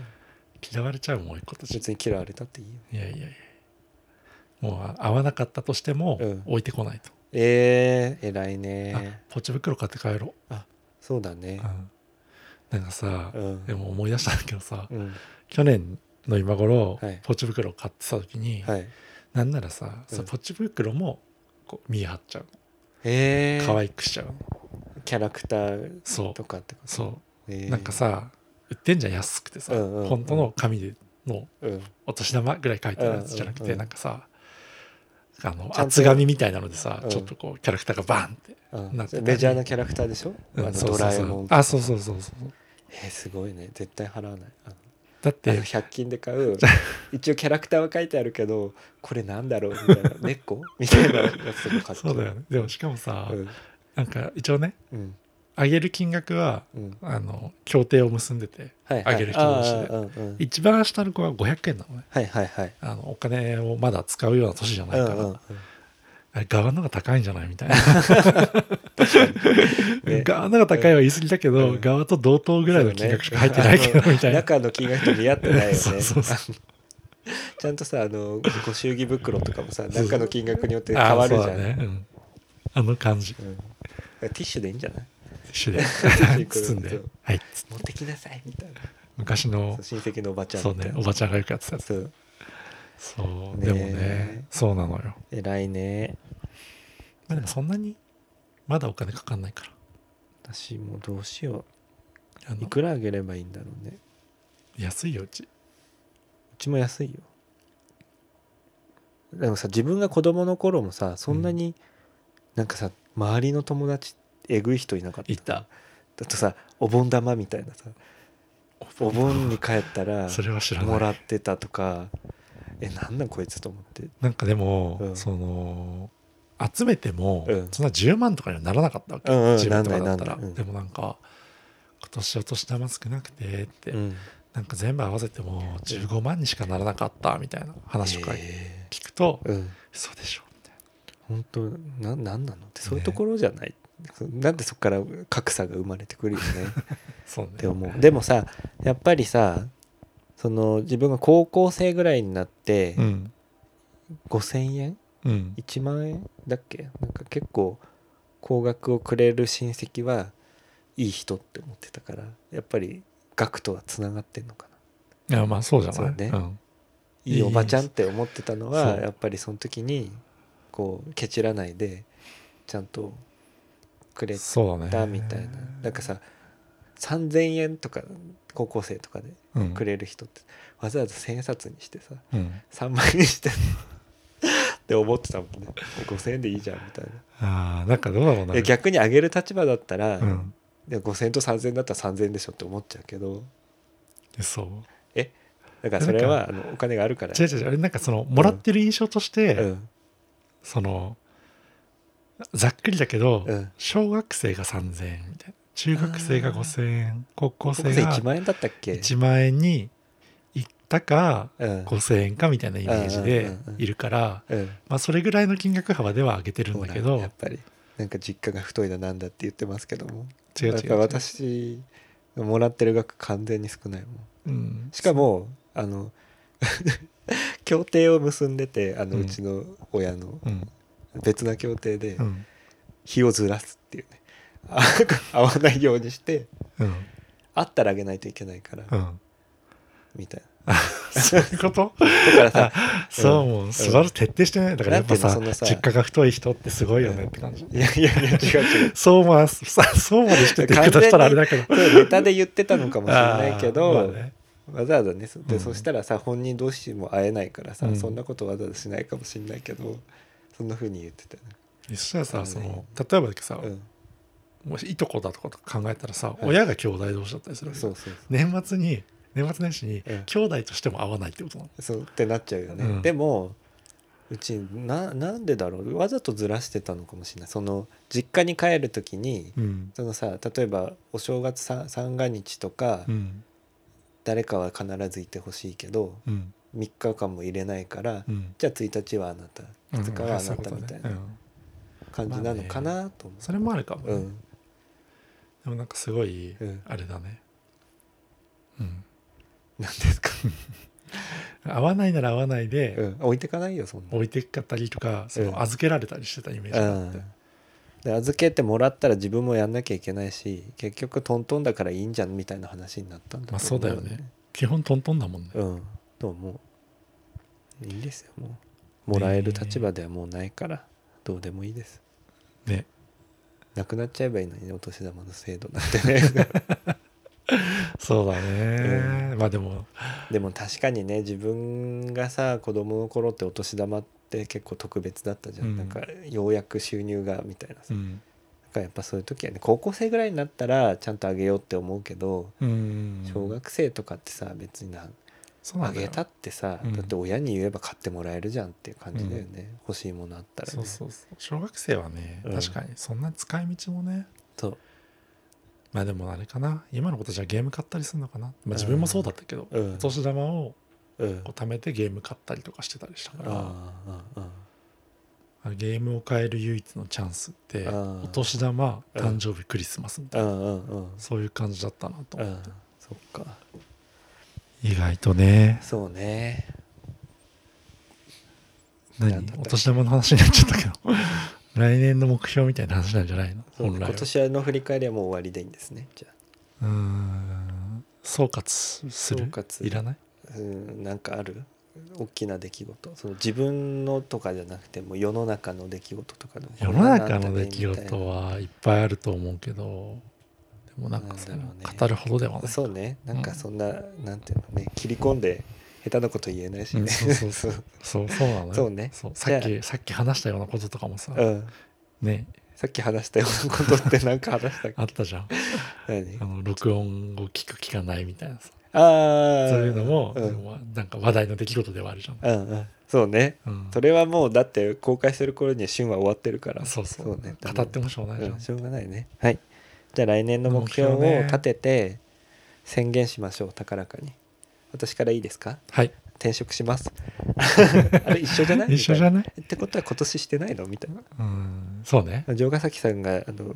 S1: 嫌われちゃうもん一個として
S2: 別に嫌われたっていいよ
S1: いやいやいやもう合わなかったとしても
S2: うん
S1: 置いてこないと、
S2: えー、偉い
S1: あ
S2: ね
S1: ポチ袋買って帰ろ
S2: そうだ
S1: う、
S2: ね
S1: うんなんかさ、
S2: うん
S1: でも思い出したんだけどさ、
S2: うん
S1: 去年の今頃、
S2: はい
S1: ポチ袋買ってた時に、
S2: はい
S1: なんならさ、そう
S2: うん
S1: ポチ袋もこう見え張っちゃう
S2: えー、
S1: 可愛くしちゃうの
S2: キャラクター
S1: そう
S2: とかってこと、
S1: そう
S2: えー
S1: なんかさ売ってんじゃん安くてさ、
S2: うんうんうん
S1: 本当の紙での
S2: うん
S1: お年玉ぐらい書いてあるやつじゃなく
S2: う
S1: て、
S2: んうんうん
S1: なんかさあの
S2: ちゃんと
S1: 厚紙みたいなのでさ、
S2: うん
S1: ちょっとこうキャラクターがバンって、
S2: うん
S1: なんかね
S2: メジャーなキャラクターでしょ、
S1: うん
S2: あの
S1: そう
S2: ド
S1: そう
S2: ラえ
S1: そう
S2: もんとか
S1: あそうそうそうそう
S2: えーすごいね絶対払わないあの
S1: だって
S2: あの100均で買う一応キャラクターは書いてあるけどこれなんだろうみ
S1: (laughs)
S2: たいな猫みたいなやつとか買っちゃ
S1: そうだよねでもしかもさ、
S2: うん
S1: なんか一応ね
S2: うん
S1: 上げる金額は
S2: うん
S1: あの協定を結んでて
S2: はいはい
S1: あげる人同士で
S2: あーうんうん
S1: 一番下の子は500円なのね
S2: はいはいはい
S1: あのお金をまだ使うような年じゃな
S2: う
S1: い
S2: ん
S1: から、
S2: うんうん
S1: あれ側のが高いんじゃないみたいな (laughs)
S2: ね
S1: 側のが高いは言い過ぎだけど、
S2: うん
S1: 側と同等ぐらいの金額しか入ってないけど、みたいな。
S2: 中の金額と見合ってないよね
S1: (laughs) そうそうそ
S2: あの (laughs) ちゃんとさあのご祝儀袋とかもさ
S1: そう
S2: 中の金額によって変わるじゃ
S1: あ
S2: ん、
S1: ーそうだねうんあの感じ。
S2: うんだからティッシュでいいんじゃない
S1: 一
S2: (laughs)
S1: 緒で包んで。はい。
S2: 持ってきなさいみたいな
S1: 昔
S2: そ
S1: の
S2: う、親戚のおばちゃん
S1: そう
S2: みたい
S1: ね、
S2: な
S1: おばちゃんがよくやってたやつ。
S2: そう
S1: そう、
S2: ね
S1: でもね、そうなのよ。
S2: 偉いね
S1: まあでもそんなに、まだお金かかんないから。
S2: 私もうどうしよ
S1: あ
S2: うい
S1: の
S2: くらあげればいいんだろうねう
S1: 安いよ、うち。
S2: ちも安いよでもさ自分が子供の頃もさそんなに、なんかさ周りの友達えぐい人いなかった
S1: いた。
S2: だとさお盆玉みたいなさお盆に帰ったら
S1: それは知ら
S2: も
S1: な
S2: ら
S1: い。
S2: ってたとかえなんなんこいつと思って
S1: なんかでも、
S2: うん
S1: その、集めても、
S2: うん
S1: そんな10万とかにはならなかったわけ。
S2: うんうん
S1: 10万とかだった
S2: な
S1: ら。
S2: んないなんないうん
S1: でもなんか、今年お年玉少なくてって、
S2: うん
S1: なんか全部合わせても15万にしかならなかったみたいな話とか
S2: え
S1: 聞くと、
S2: ーうん
S1: そうでしょみたいな
S2: 本当ななんなのってそういうところじゃない、そなんでそこから格差が生まれてくるよね
S1: そうね
S2: って思うでもさやっぱりさその自分が高校生ぐらいになって、
S1: うん
S2: 5,000円
S1: うん
S2: 1万円だっけなんか結構高額をくれる親戚はいい人って思ってたからやっぱり額とはつながってんのかない
S1: やまあそうじゃない
S2: そうね
S1: ん、
S2: いいおばちゃんって思ってたのは
S1: そう
S2: やっぱりその時にこうケチらないでちゃんとくれ
S1: そうだね
S2: たみたいななんかさ3,000円とか高校生とかで
S1: うん
S2: くれる人ってわざわざ1,000円札にしてさ
S1: うん
S2: 3万円にしてって思ってたもんね5,000円でいいじゃんみたいな
S1: ああなんかどうだろうない
S2: や逆に上げる立場だったら、
S1: うん
S2: いや5,000円と3,000円だったら3,000円でしょって思っちゃうけど
S1: でそう
S2: だからそれはあのお金があるから
S1: 違う違う違うあれなんかそのもらってる印象として、
S2: うん
S1: そのざっくりだけど、
S2: うん
S1: 小学生が3000円みたいな中学生が5000円高校
S2: 高
S1: 生
S2: 校生
S1: が
S2: 1万円だったっけ
S1: 1万円に行ったか
S2: うん
S1: 5,000円かみたいなイメージ
S2: う
S1: で
S2: んうんうんうん
S1: いるから、
S2: うん
S1: まあ、それぐらいの金額幅では上げてるんだけど
S2: ほらやっぱりなんか実家が太いだなんだって言ってますけども
S1: 違う違う
S2: やっ
S1: 違
S2: ぱ
S1: う、
S2: 私もらってる額完全に少ないもん
S1: うん、
S2: しかもあの協定を結んでてあの
S1: うん
S2: うちの親の
S1: うん、
S2: 別な協定で
S1: うん
S2: 日をずらすって
S1: (laughs)
S2: いうねあ合わないようにして
S1: うん
S2: あったらあげないといけないから (laughs)
S1: うん
S2: みたい
S1: そういうこと
S2: なだからさ
S1: そうもう素晴らしい徹底してないだからやっぱさ
S2: なんていうのそのさ
S1: 実家が太い人ってすごいよねって感じ、
S2: いやいやいや違う違う
S1: そうまあさ (laughs) そうまでしてって言い方したらあれだけど
S2: それネタで言ってたのかもしれないけど、
S1: あ (laughs) ーまあね
S2: わざわざねそで、
S1: うん
S2: そしたらさ本人同士も会えないからさ、
S1: うん
S2: そんなことわざわざしないかもしれないけどそんなふうに言ってたよね
S1: そしたらさそ
S2: うん
S1: の例えばだけどさ、
S2: うん
S1: もしいとこだとかとか考えたらさ、
S2: うん
S1: 親が兄弟同士だったりするわけ
S2: そ
S1: よ
S2: うそう
S1: 年末に年末年始に
S2: うん
S1: 兄弟としても会わないってことなの、
S2: そうってなっちゃうよね、
S1: うん
S2: でもうちななんでだろうわざとずらしてたのかもしれないその実家に帰る時に、
S1: うん
S2: そのさ例えばお正月さ三が日とか、
S1: うん
S2: 誰かは必ずいてほしいけど
S1: うん
S2: 3日間も入れないから、
S1: うん
S2: じゃあ1日はあなた2日はあなたみたいな
S1: うん
S2: 感じなのかなと思
S1: それもあるかも、ね
S2: う。うん
S1: でもなんかすごい
S2: うん
S1: あれだねうん
S2: なんですか
S1: 合わないなら合わないうで
S2: ん、置いてかないよそんな、
S1: 置いてきったりとかそ
S2: うん
S1: の預けられたりしてたイメージ
S2: う
S1: があって
S2: ん、で預けてもらったら自分もやんなきゃいけないし結局トントンだからいいんじゃんみたいな話になったんだ
S1: まあ
S2: と思
S1: そうだよね基本トントンだもんね
S2: うんと思ういいんですよもうもらえる立場ではもうないからどうでもいいです
S1: ね
S2: なくなっちゃえばいいのにねお年玉の制度なんて
S1: (laughs)
S2: ね
S1: そうだねまあでも
S2: でも確かにね自分がさ子供の頃ってお年玉って結構特別だったじゃん、
S1: うん
S2: なんかようやく収入がみたいなさ、
S1: うん
S2: だからやっぱそういう時はね高校生ぐらいになったらちゃんとあげようって思うけど、
S1: うん
S2: 小学生とかってさ別にな
S1: そうな
S2: あ
S1: んだ
S2: げ
S1: よ
S2: たってさ、
S1: うん
S2: だって親に言えば買ってもらえるじゃんっていう感じだよね、欲しいものあったら、ね、
S1: そうそうそう小学生はね
S2: うん
S1: 確かにそんな使い道もね
S2: そう
S1: まあでもあれかな今の子たちはゲーム買ったりするのかなまあ自分もそうだったけど
S2: うん
S1: お年玉を
S2: うん
S1: こう貯めてゲーム買ったりとかしてたりしたか
S2: ああ
S1: ら
S2: ああああ
S1: あのゲームを変える唯一のチャンスって
S2: あー
S1: お年玉
S2: うん
S1: 誕生日クリスマスみたいな
S2: うんうんうん
S1: そういう感じだったなと
S2: うんそっか
S1: 意外とね
S2: そうねなん
S1: 何
S2: だったっけ
S1: お年玉の話になっちゃった
S2: (laughs)
S1: けど来年の目標みたいな話なんじゃないの
S2: そう
S1: 本
S2: 今
S1: 来は
S2: 年の振り返りはもう終わりでいいんですねじゃ
S1: うーん総括する
S2: 総括
S1: いらない
S2: あうんなんかある大きな出来事その自分のとかじゃなくても世の中の出来事とかでも
S1: 世の
S2: こ
S1: 中の出来
S2: んなのあったねみたいな
S1: 事はいっぱいあると思うけどでもなんかその
S2: なんだろうね
S1: 語るほどではない
S2: そうねなんかそんな、なんていうのね切り込んで下手なこと言えないし
S1: う
S2: ね
S1: んそうそう
S2: そ
S1: そ
S2: う
S1: そうそうなのよ
S2: そうね
S1: そう
S2: じ
S1: さ
S2: ゃあ
S1: っきさっき話したようなこととかも
S2: (laughs)
S1: さ、
S2: うん、
S1: ね
S2: さっき話したようなことってなんか話したっけ
S1: あったじゃん
S2: 何
S1: あの録音を聞く聞かないみたいなさ
S2: ああ
S1: そういうのも、
S2: うん、う
S1: で
S2: ん
S1: もなんか話題の出来事ではあるじゃん、
S2: うんそうね
S1: うん、
S2: それはもうだって公開する頃には旬は終わってるから
S1: そうそう
S2: ね
S1: 語ってもしょうがないじゃん、
S2: うんしょうがないねはいじゃあ来年の目標を
S1: 目標ね
S2: 立てて宣言しましょう高らかに私からいいですか
S1: はい
S2: 転職し
S1: (laughs)
S2: ますあれ一緒じゃない
S1: 一緒じゃ
S2: み
S1: ない
S2: たいなってことは今年してないのみたいな
S1: うんそうね
S2: 城ヶ崎さんがあの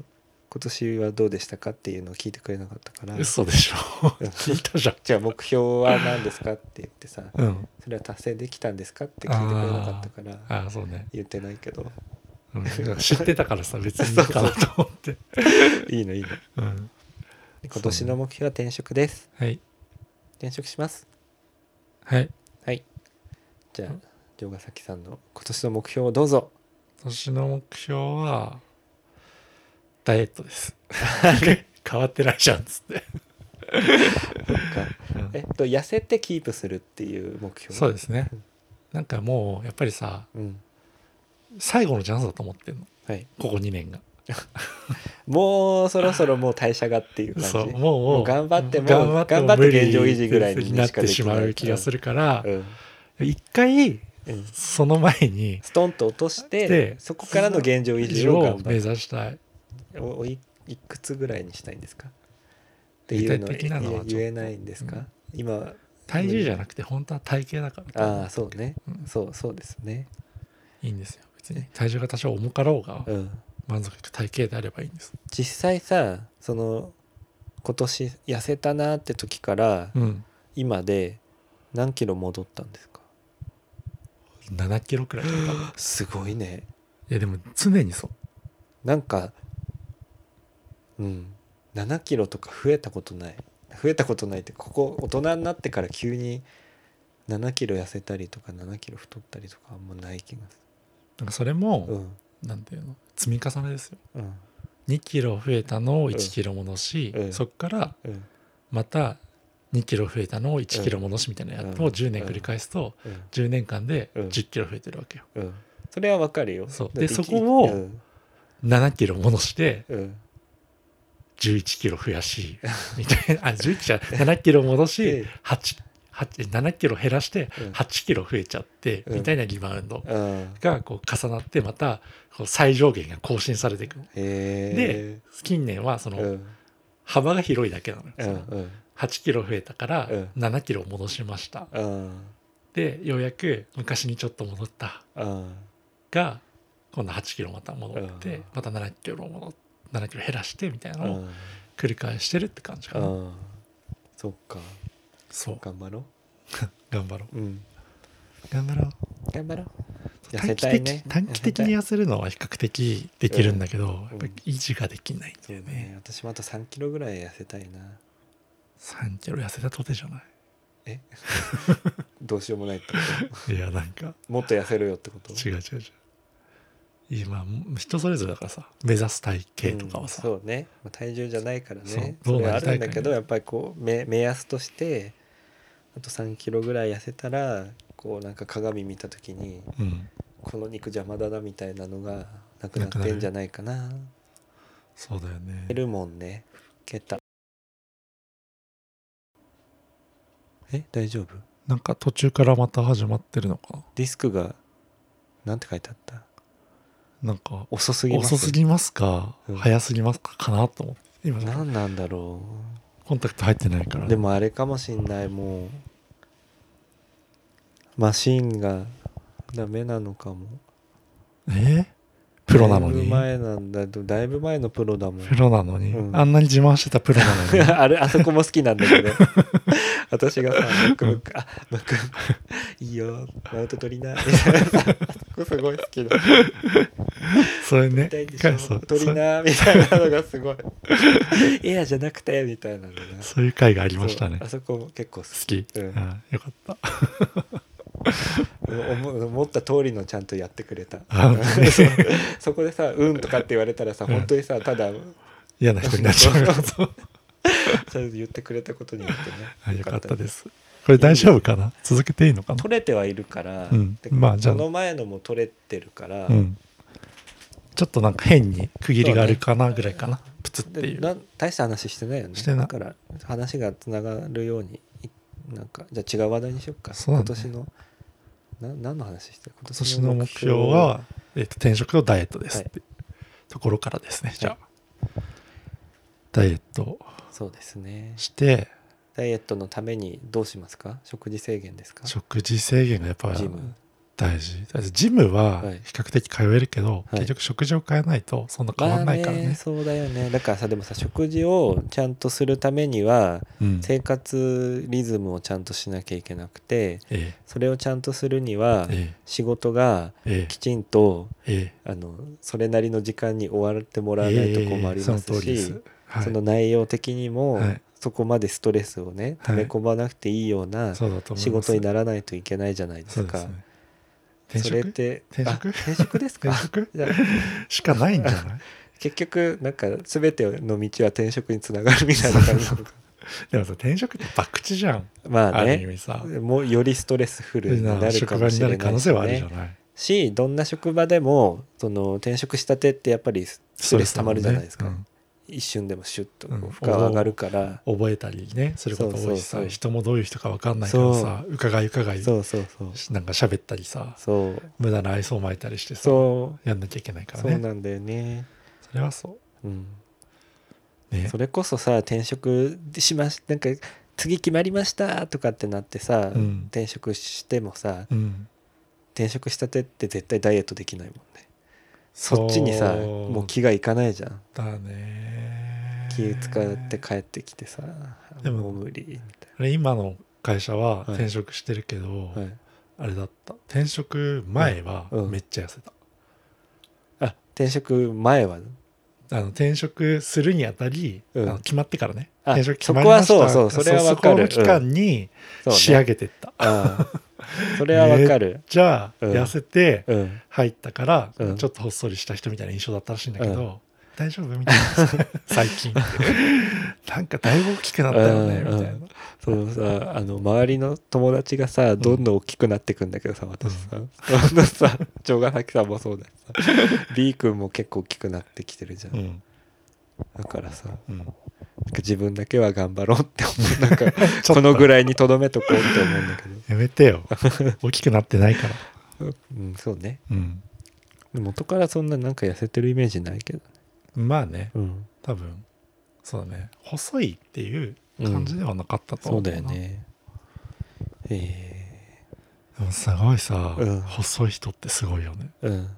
S2: 今年はどうでしたかっていうのを聞いてくれなかったから
S1: 嘘でしょ
S2: うん
S1: 聞いたじゃん
S2: じゃあ目標は何ですかって言ってさ
S1: うん
S2: それは達成できたんですかって聞いてくれなかったから
S1: ああそうね、
S2: 言ってないけど
S1: うん知ってたからさ別にいいかなと思って
S2: いいのいいの
S1: うん
S2: 今年の目標は転職です
S1: はい
S2: 転職します
S1: はい
S2: はいじゃあ
S1: うん
S2: 城ヶ崎さんの今年の目標をどうぞ
S1: 年の目標はダイエットです (laughs) 変わってないじゃんっつって、
S2: そっか
S1: うん
S2: えっと痩せてキープするっていう目標
S1: そう
S2: す
S1: ですねなんかもうやっぱりさ
S2: うん
S1: 最後のチャンスだと思ってんの
S2: はい
S1: ここ2年が
S2: もうそろそろもう代謝がっていう感じ
S1: そうもう
S2: もう頑張っても
S1: 頑張っても
S2: 頑張って
S1: 無理
S2: 現状維持ぐらいにしか
S1: なってしま
S2: できな
S1: う
S2: い
S1: 気がするから
S2: うん
S1: 一回
S2: うん
S1: その前に
S2: ストンと落として
S1: で
S2: そこからの現状維
S1: 以
S2: 持を
S1: 上
S2: 頑
S1: 目
S2: 張る
S1: 指したい
S2: おおいいくつぐらいにしたいんですかっていうの
S1: 具体的なのはちょ
S2: は
S1: っと
S2: 言えないんですか、今
S1: 体重じゃなくて本当は体型だから
S2: ああそうね、
S1: うん
S2: そうそうですね
S1: いいんですよ別に体重が多少重かろうが
S2: うん
S1: 満足いく体型であればいいんです
S2: 実際さその今年痩せたなって時から
S1: うん
S2: 今で何キロ戻ったんですか
S1: 7キロくらいだったい
S2: すごいね
S1: やでも常にそう
S2: なんかうん7キロとか増えたことない増えたことないってここ大人になってから急に7キロ痩せたりとか7キロ太ったりとかあんまない気がす
S1: なんかそれ
S2: るう
S1: も、
S2: ん
S1: なんていうの積み重ねですよ
S2: うん
S1: 2キロ増えたのを
S2: うん
S1: 1キロ戻し、
S2: うん
S1: そこから
S2: うん
S1: また2キロ増えたのを1キロ戻しみたいなやつ
S2: うん
S1: を10年繰り返すと
S2: うん
S1: 10年間で
S2: うん
S1: 10キロ増えてるわけよ
S2: うんそれはわかるよ
S1: そう
S2: だって
S1: でそこを
S2: うん
S1: 7キロ戻して
S2: うん
S1: 11キロ増やしみたいなあ11じゃない7キロ戻
S2: ええ
S1: し8 8 7キロ減らして
S2: うん
S1: 8キロ増えちゃって
S2: うん
S1: みたいなリバウンド
S2: うん
S1: がこう重なってまたこう最上限が更新されていくの
S2: へ
S1: で近年はそ
S2: えう
S1: の
S2: ん
S1: 幅が広いだけなのよ
S2: う
S1: そ
S2: ん
S1: の8キロ増えたから
S2: うん
S1: 7キロ戻しました
S2: うん
S1: でようやく昔にちょっと戻った
S2: うん
S1: が今度8キロまた戻って、
S2: うん
S1: また7キロ戻っ7キロ減らしてみたいな
S2: う
S1: のを
S2: ん
S1: 繰り返してるって感じか
S2: う
S1: な、
S2: んそっか
S1: そう
S2: 頑張ろ
S1: (laughs) 頑張ろう
S2: ううん
S1: 頑張ろう
S2: 頑張ろう痩せ
S1: 短期
S2: た
S1: 的
S2: いね
S1: 短期的に痩せるのは比較的できるんだけど、やっぱり維持ができないんだよ
S2: ね
S1: ね、
S2: 私もあと3キロぐらい痩せたいな
S1: 3キロ痩せたとてじゃな
S2: どうしようもないってこ
S1: いいやなんか
S2: と (laughs) もっと痩せろよってこと
S1: 違う違う違う今人それぞれだからさ目指す体型とかはさ、
S2: うんそうね、まあ、体重じゃないからね
S1: そう
S2: そ
S1: どう
S2: れは
S1: な
S2: あ
S1: りた
S2: るん
S1: いかね
S2: だけどやっぱりこう目目安としてあと3キロぐらい痩せたらこうなんか鏡見た時に
S1: うん
S2: この肉邪魔だなみたいなのがなくなってんじゃないかな
S1: そうだよね
S2: 減るもんね老けたえ大丈夫
S1: なんか途中からまた始まってるのかな
S2: ディスクがなんて書いてあった
S1: なんか
S2: 遅すぎます
S1: 遅すぎますか、
S2: うん
S1: 早すぎますかかなと思って今
S2: 何なんだろ
S1: コンタクト入ってないから
S2: うでもあれかもしんないもうマシンがダメなのかも
S1: えプロなの
S2: だい
S1: に
S2: ぶ前なんだとだいぶ前のプロだもん (laughs)
S1: プロなのに、
S2: うん
S1: あんなに自慢してたプロな
S2: (laughs)
S1: のに
S2: あれあそこも好きなんだけど (laughs) 私がさ「ムックムックあムックムックいいよマウント取りな」みたいなさあそこすごい好きだ
S1: それね
S2: 痛いでし
S1: かそ
S2: ょ
S1: う
S2: 取りなみたいなのがすごい「エアじゃなくて」みたいな
S1: (laughs)
S2: のが
S1: そうそういう回がありましたね
S2: そうあそこも結構好
S1: 好き、
S2: うん
S1: あよかった
S2: き思思った通りのちゃんとやってくれた
S1: (laughs) あ本当に
S2: (laughs) そこでさ「うん」とかって言われたらさ
S1: うん
S2: 本当にさただ
S1: 嫌な人になっちゃう
S2: (laughs) そう
S1: そう
S2: ちゃんと言ってくれたことによってね
S1: (laughs) あよかったですこれ大丈夫かな続けていいのかな
S2: 取れてはいるから、
S1: うん
S2: で
S1: まあじゃあ
S2: その前のも取れてるから、
S1: うんちょっとなんか変に区切りがあるかなぐらいかな、プツって
S2: で
S1: いう
S2: な大した話してないよね
S1: してない
S2: だから話がつながるようにいなんかじゃあ違う話題にしよっか、
S1: そ
S2: 今
S1: うだね
S2: 年のな何の話してる今
S1: 今年の目標は、えっと転職とダイエットですって、ところからですねじゃあ、ダイエット
S2: そうですね
S1: して
S2: ダイエットのためにどうしますか食事制限ですか
S1: 食事制限がやっぱ
S2: ジム
S1: 大事大事ジムは
S2: はい
S1: 比較的通えるけど、
S2: い
S1: 結局食事を変えないとそんな変わんないからね,、
S2: まあそうだよねだからさでもさ食事をちゃんとするためには
S1: うんえ
S2: 生活リズムをちゃんとしなきゃいけなくて
S1: え
S2: それをちゃんとするには
S1: え
S2: 仕事が
S1: ええ
S2: きちんと
S1: ええ
S2: あのそれなりの時間に終わってもらわないとこもあり
S1: ええそ
S2: ま
S1: の
S2: す
S1: 通り
S2: し、そ
S1: です、はい、
S2: の内容的にも、
S1: はい
S2: そこまでストレスをね溜め込まなくていいような
S1: そうだと思います
S2: 仕事にならないといけないじゃないで
S1: そ
S2: す
S1: うで
S2: か。
S1: す
S2: そ
S1: ね
S2: れ
S1: 転
S2: っ
S1: 職
S2: て
S1: 転職
S2: あ転職です
S1: (laughs)
S2: か
S1: 転
S2: (laughs)
S1: 職
S2: じゃあ
S1: しかないんじゃない
S2: 結局なんか全ての道は転職につながるみたいな感じなのか
S1: (laughs) でもさ転職って博打じゃん
S2: ま
S1: あ
S2: あ
S1: る意
S2: ね
S1: 味さ
S2: もうよりストレスフルになるか
S1: 職
S2: も
S1: 場
S2: し
S1: に
S2: れ
S1: な
S2: ない
S1: る可能性はあるじゃ
S2: ね
S1: ない
S2: しどんな職場でもその転職したてってやっぱりストレス溜まるじゃないですか。
S1: そうです
S2: 一瞬でもシュッとこ
S1: う
S2: うん負荷が上がるから、
S1: もんね覚えたりねすること
S2: そ
S1: 多
S2: うそう
S1: いし
S2: そ
S1: さ
S2: う
S1: 人もどういう人か分かんないからさ伺い伺い
S2: そうそうそう
S1: なんか喋ったりさ
S2: そう
S1: 無駄な愛想をまいたりしてさ
S2: そう
S1: やんなきゃいけないから
S2: そう
S1: ね
S2: なんだよね、
S1: それはそ
S2: うん、
S1: うね
S2: それこそさ転職しましなんか次決まりましたとかってなってさ、
S1: うん
S2: 転職してもさ
S1: うん
S2: 転職したてって絶対ダイエットできないもんねそっちにさ
S1: そう
S2: もう気がいかないじゃん
S1: だね
S2: 気使って帰ってきてさ
S1: でも
S2: もう無理みた
S1: あれ今の会社は
S2: はい
S1: 転職してるけど、
S2: いな、はい、
S1: あれだった転職前は
S2: うん
S1: めっちゃ痩せた、
S2: あ転職前は
S1: あの転職するにあたり、
S2: うん
S1: あの決まってからね
S2: あ
S1: 転職決まりました
S2: そこはそうそうそれはわかる
S1: そこの期間に
S2: そうね
S1: 仕上げてった、
S2: あ
S1: (laughs)
S2: あそれはわかる、
S1: じゃあ、
S2: うん
S1: 痩せて
S2: うん
S1: 入ったから、
S2: うん
S1: ちょっとほっそりした人みたいな印象だったらしいんだけど、
S2: う
S1: 大丈夫みたいな (laughs) 最近なんかだいぶ大きくなったよね、
S2: うん
S1: みたいな
S2: そのさあの周りの友達がさどんどん大きくなってくんだけどさ私さ、そのさ城ヶ崎さんもそうだしさ B 君も結構大きくなってきてるじゃん、
S1: うん
S2: だからさなんか
S1: うん
S2: 自分だけは頑張ろうって思う
S1: (laughs)
S2: なんか
S1: と
S2: このぐらいにとどめとこうって思うんだけ
S1: やめて
S2: (laughs)
S1: よ大きくなってないから
S2: ど、うん、そうね
S1: うん
S2: 元からそんななんか痩せてるイメージないけど、ね
S1: まあね
S2: うん、
S1: 多分そうだね細いっていう感じではなかったと
S2: そ
S1: 思
S2: う
S1: うな、
S2: だよねえ
S1: でもすごいさ、
S2: うん
S1: 細い人ってすごいよね
S2: えうん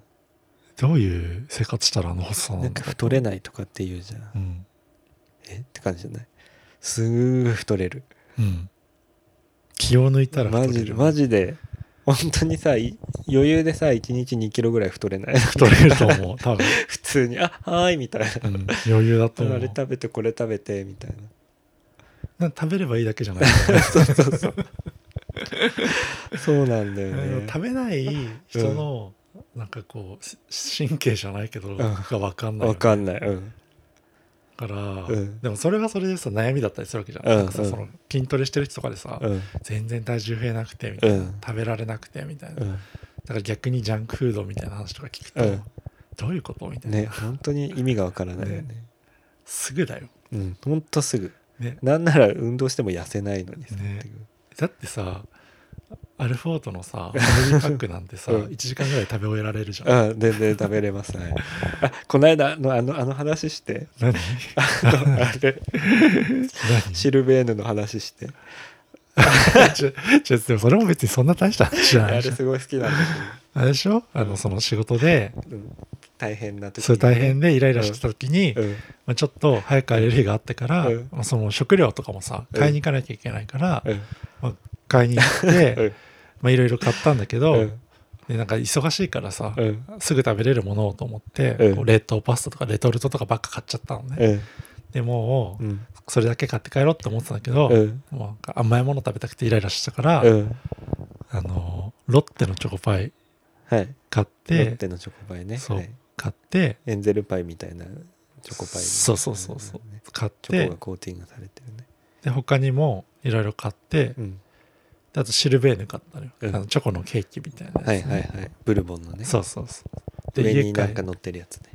S1: どういう生活したらあの細さな
S2: なん
S1: ん
S2: か
S1: だろ
S2: 太れないとかって言うじゃん
S1: ううん、
S2: えって感じじゃないすぐ太れる
S1: うん、気を抜いたら
S2: マ
S1: 太
S2: ジ
S1: れ
S2: で
S1: る
S2: マジで本当にさい余裕でさ1日2キロぐらい太れない
S1: 太れると思う多分、
S2: (laughs) 普通に「あはーい」みたいな
S1: うん、余裕だと思
S2: あ
S1: う
S2: れ食べてこれ食べてみたい
S1: なんか食べればいいだけじゃない、
S2: なそうそうそうそうなんだよね
S1: 食べない人の、なんかこうし神経じゃないけど、
S2: ん
S1: が分かんないよ
S2: わ
S1: ね、
S2: かんないうん
S1: から、
S2: うん
S1: でもそれはそれでさ悩みだったりするわけじゃん,、
S2: うん
S1: なんかさ
S2: うん
S1: その筋トレしてる人とかでさ、
S2: うん
S1: 全然体重増えなくてみた
S2: う
S1: いな、
S2: ん
S1: 食べられなくてみたいな、
S2: う
S1: だ
S2: ん
S1: から逆にジャンクフードみたいな話とか聞くと、
S2: うん
S1: どういうことみたいな、
S2: ね本当に意味がわからないよね
S1: すぐだよ、
S2: うんほんとすぐ
S1: ね、
S2: なんなら運動しても痩せないのにさ
S1: ね
S2: っていう
S1: だってさアルフォートのさファミリーパックなんてさ、
S2: うん
S1: 1時間ぐらい食べ終えられるじゃん、
S2: あ全然食べれますねあこの間のあのあの話
S1: (laughs)
S2: して
S1: 何
S2: あのあれ
S1: 何
S2: シルベーヌの話して
S1: (laughs) ちょちょでもそれも別にそんな大した話じゃ
S2: あ
S1: な
S2: れ
S1: いでしょ
S2: すごい好きなんだ
S1: あれでしょあのその仕事で
S2: けど、うん大変な時
S1: それ大変でイライラしてた時に、
S2: うん
S1: まあ、ちょっと早くアレルギーがあったから、
S2: うん
S1: まあその食料とかもさ
S2: うん
S1: 買いに行かなきゃいけないから、
S2: うん
S1: まあ、買いに行っ
S2: う
S1: て
S2: ん
S1: まあいろいろ買ったんだけど、
S2: うん
S1: でなんか忙しいからさ、
S2: うん
S1: すぐ食べれるものをと思って、
S2: うん
S1: こう冷凍パスタとかレトルトとかばっか買っちゃったのね、
S2: うん
S1: でもう
S2: うん
S1: それだけ買って帰ろうって思ってたんだけど、
S2: うん
S1: もうなんか甘いもの食べたくてイライラしたから、
S2: うん
S1: あのロッテのチョコパイ
S2: はい
S1: 買
S2: ロ
S1: って
S2: ッテのチョコパイね
S1: そう
S2: はい
S1: 買って
S2: エンゼルパイみたいなチョコパイ
S1: そうそうそうそう、
S2: んんね
S1: 買っ
S2: チョ
S1: て
S2: コがコーティングされてるね
S1: で他にもいろいろ買って、
S2: うん
S1: であとシルベーヌ買ったのよ、
S2: うん
S1: あのチョコのケーキみたいなやつ
S2: は
S1: ね、
S2: いはいはいブルボンのね
S1: そうそうそうで
S2: 上
S1: 家
S2: に
S1: 帰
S2: なん
S1: っ
S2: か乗ってるやつね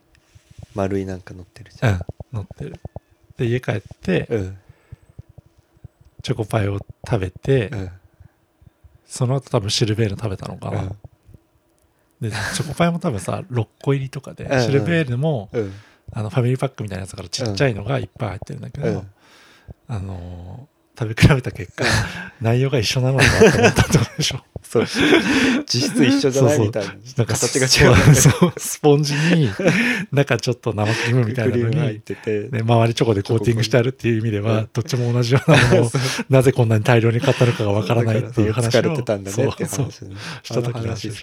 S2: 丸いなんか乗ってるじ
S1: う
S2: ゃん
S1: ん乗ってるで家帰って
S2: うん
S1: チョコパイを食べて、
S2: うん
S1: その後多分シルベーヌ食べたのかな、でチョコパイも多分さ6個入りとかで、
S2: うんうん
S1: シルベーヌも
S2: うん
S1: あのファミリーパックみたいなやつだからちっちゃいのがいっぱい入ってるんだけど、
S2: うん
S1: あのー食べ比べた結果内容が一緒なのかなと思ったってことでしょ
S2: そう (laughs) 実質一緒じゃない
S1: そうそう
S2: みたいな
S1: なんか
S2: 形が違う
S1: そうスポンジに中ちょっと生クリームみた
S2: ク
S1: いな
S2: リー
S1: の
S2: ム入っ
S1: に
S2: てて
S1: で周りチョコでコーティングしてあるっていう意味で
S2: う
S1: は
S2: ん
S1: どっちも同じようなものを
S2: (laughs) そう
S1: なぜこんなに大量に買ったのかがわからないっていう話
S2: だ
S1: を
S2: から疲れてたんだねっていう
S1: そうそう
S2: 話ね
S1: した時の
S2: あの話
S1: 話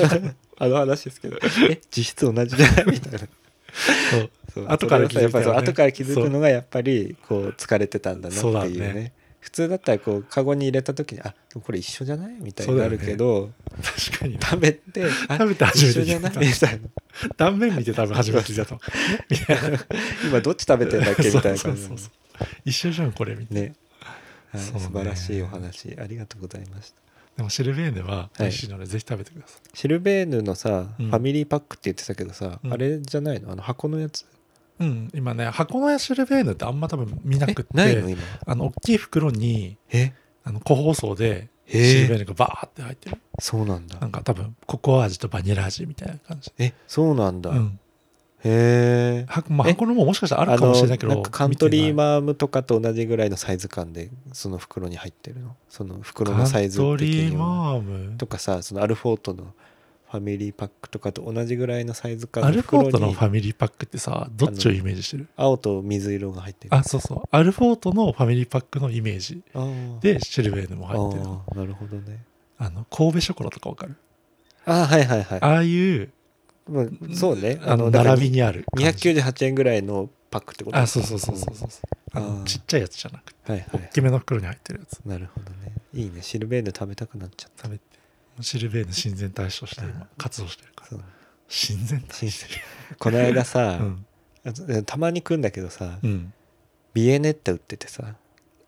S2: 好き
S1: でしょ
S2: だよ (laughs) あの話ですけ
S1: (laughs)
S2: どえ実質同じじゃないみたいな
S1: そう
S2: そう
S1: (laughs) 後から気づいた
S2: それはさやっぱりそう
S1: よね
S2: 後から気づくのがやっぱりこう疲れてたんだなって
S1: そう
S2: いう
S1: そうだ
S2: ね
S1: ね
S2: 普通だったらこうカゴに入れた時にあでもこれ一緒じゃないみたい
S1: そう
S2: に
S1: だ
S2: な
S1: よね
S2: るけど、
S1: 確かに
S2: 食べてあ
S1: 食べて初めて
S2: 一緒じゃない (laughs)
S1: 気づ
S2: み
S1: い
S2: たいな
S1: 断面見て多分初めて聞いたと思うみたいな
S2: 今どっち食べてんだっけみたいな
S1: そ
S2: 感
S1: う
S2: じ
S1: そうそうそう一緒じゃんこれみたいな、
S2: ね、はい、
S1: そうね
S2: 素晴らしいお話ありがとうございました
S1: でもシルベーヌは美味しいのでぜひ食べてください、
S2: シルベーヌのさ、
S1: うん
S2: ファミリーパックって言ってたけどさ、
S1: うん
S2: あれじゃないのあの箱のやつ
S1: うん今ね箱のシルベーヌってあんま多分見な
S2: え
S1: くって
S2: ないの今
S1: あの大きい袋に
S2: え
S1: あの個包装で
S2: へー
S1: シルベーヌがバーって入ってる
S2: そうなんだ
S1: なんか多分ココア味とバニラ味みたいな感じ
S2: えそうなんだ、
S1: うん
S2: へえ
S1: はまあ、
S2: え
S1: 箱のももしかしたらあるかもしれないけ
S2: あ
S1: ど
S2: のんかカントリー
S1: 見てない
S2: マームとかと同じぐらいのサイズ感でその袋に入ってるのその袋のサイズ
S1: カント
S2: 的
S1: リー
S2: には
S1: マーム
S2: とかさそのアルフォートのファミリーパックとかと同じぐらいのサイズ感
S1: ア
S2: の
S1: ルフォー
S2: 袋
S1: トの
S2: に
S1: ファミリーパックってさどっちをイメージしてる
S2: 青と水色が入ってる
S1: あそうそうアルフォートのファミリーパックのイメージ
S2: あー
S1: でシルベーヌも入ってる
S2: あーなるほどね
S1: あの神戸ショコラとかわかる
S2: あーはいはいはい
S1: ああいう
S2: まあ、そうね
S1: あの
S2: だから
S1: 並びにある感じ
S2: 298円ぐらいのパックってこと
S1: あそうそうそうそうそうあ
S2: ん
S1: のちっちゃいやつじゃなくて
S2: はいは
S1: 大
S2: い
S1: きめの袋に入ってるやつ
S2: なるほどねいいねシルベーヌ食べたくなっちゃっ
S1: 食べてシルベーヌ親善大使として今活動してるか
S2: た
S1: ら
S2: そう
S1: 親善大
S2: 新鮮この間さ
S1: 使、 (laughs) うん
S2: あとえたまに来んだけどさ、
S1: うん
S2: ビエネッタ売っててさ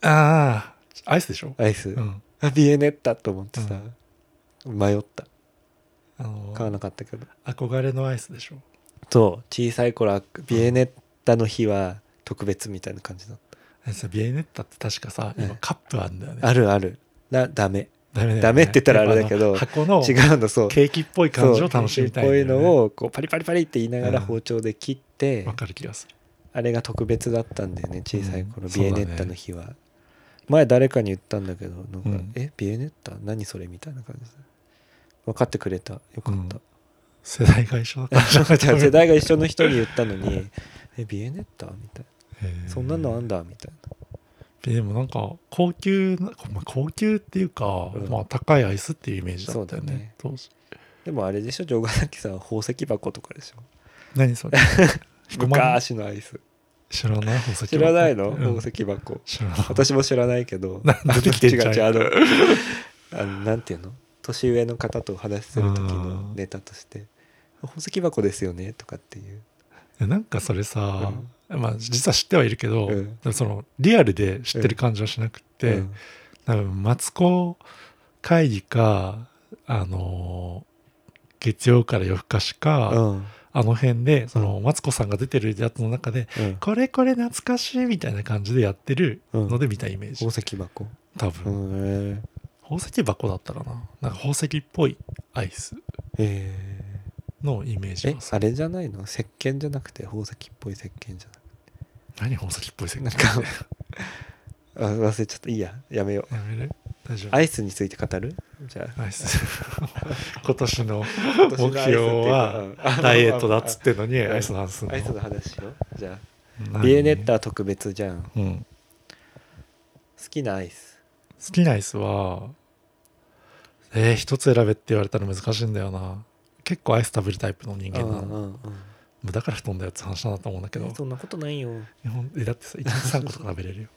S1: ああアイスでしょ
S2: アイス、
S1: うん
S2: あビエネッタと思ってさ、迷った
S1: あの
S2: 買わなかったけど
S1: 憧れのアイスでしょ
S2: そう小さい頃ビエネッタの日は特別みたいな感じだっ
S1: あれさビエネッタって確かさ
S2: ええ
S1: 今カップあんだよね
S2: た、あるあるなダメ
S1: ダメだよね
S2: ダメって言ったらあれだけど
S1: やっぱあの箱
S2: 違
S1: の
S2: うのそう
S1: ケーキっぽい感じを楽しみたいん
S2: そうこ
S1: だ
S2: うい
S1: よ
S2: う
S1: ね
S2: のをこうパリパリパリって言いながら
S1: うん
S2: 包丁で切って、
S1: わかる気
S2: (laughs)
S1: がする
S2: あれが特別だったんだよね小さい頃、
S1: うん
S2: ビエネッタの日は、前誰かに言ったんだけどなんか、
S1: うん
S2: えビエネッタ何それみたいな感じで分かってくれたよか (laughs) った、
S1: 世代が一緒だからじゃない
S2: じゃ
S1: (laughs)
S2: あ世代が一緒の人に言ったのに「えビエネッタ?」みたいな「そんなのあんだ」みたい
S1: でもなんか高級な、まあ、高級っていうか、
S2: うん
S1: まあ高いアイスっていうイメージだった
S2: そ
S1: よ
S2: うだ
S1: ね
S2: ね
S1: 当時
S2: なでもあれでしょ城ヶ崎さんは宝石箱とかでしょ
S1: 何
S2: (laughs)
S1: それ彦摩呂
S2: 昔のアイス
S1: 知らない宝石
S2: 知らないの、
S1: うん
S2: 宝石箱
S1: 知らない
S2: 私も知らないけど
S1: (laughs) な出てきてんじゃ
S2: (laughs)
S1: ん
S2: 違う違うあの (laughs) あのなんていうの年上の方とお話しする時のネタとして「宝石箱ですよね」とかっていう
S1: えなんかそれさ、まあ実は知ってはいるけど、
S2: うん
S1: でもそのリアルで知ってる感じはしなくって、
S2: うん
S1: 多分マツコ会議かあの月曜から夜更かしか、
S2: うん
S1: あの辺でそのマツコさんが出てるやつの中で
S2: うん
S1: これこれ懐かしいみたいな感じでやってるので見たイメージ、
S2: 宝石箱
S1: 多
S2: う
S1: 分、
S2: んへ
S1: 宝石箱だったかななんか宝石っぽいアイス
S2: え
S1: のイメージ
S2: え
S1: がす
S2: あ
S1: る
S2: れじゃないの石鹸じゃなくて宝石っぽい石鹸じゃなくて
S1: 何宝石っぽい石鹸
S2: なんか (laughs) あ忘れちゃったいいややめよう
S1: やめる大丈夫
S2: アイスについて語るじゃあ
S1: アイス (laughs) 今年の
S2: (laughs) 今
S1: 目
S2: 年のアイスって
S1: 標
S2: いうか
S1: はダイエットだっつってんのに
S2: うん
S1: アイスの話すんの
S2: アイスの話しようじゃあ
S1: 何
S2: ビエネッタ特別じゃん
S1: うん
S2: 好きなアイス
S1: 好きなアイスはえー、一つ選べって言われたら難しいんだよな結構アイス食べるタイプの人間な
S2: うん
S1: の
S2: うんうん
S1: だから太んだよって話なんだと思うんだけど
S2: そんなことないよ
S1: 日本えだってさ1日3個とか食べれるよ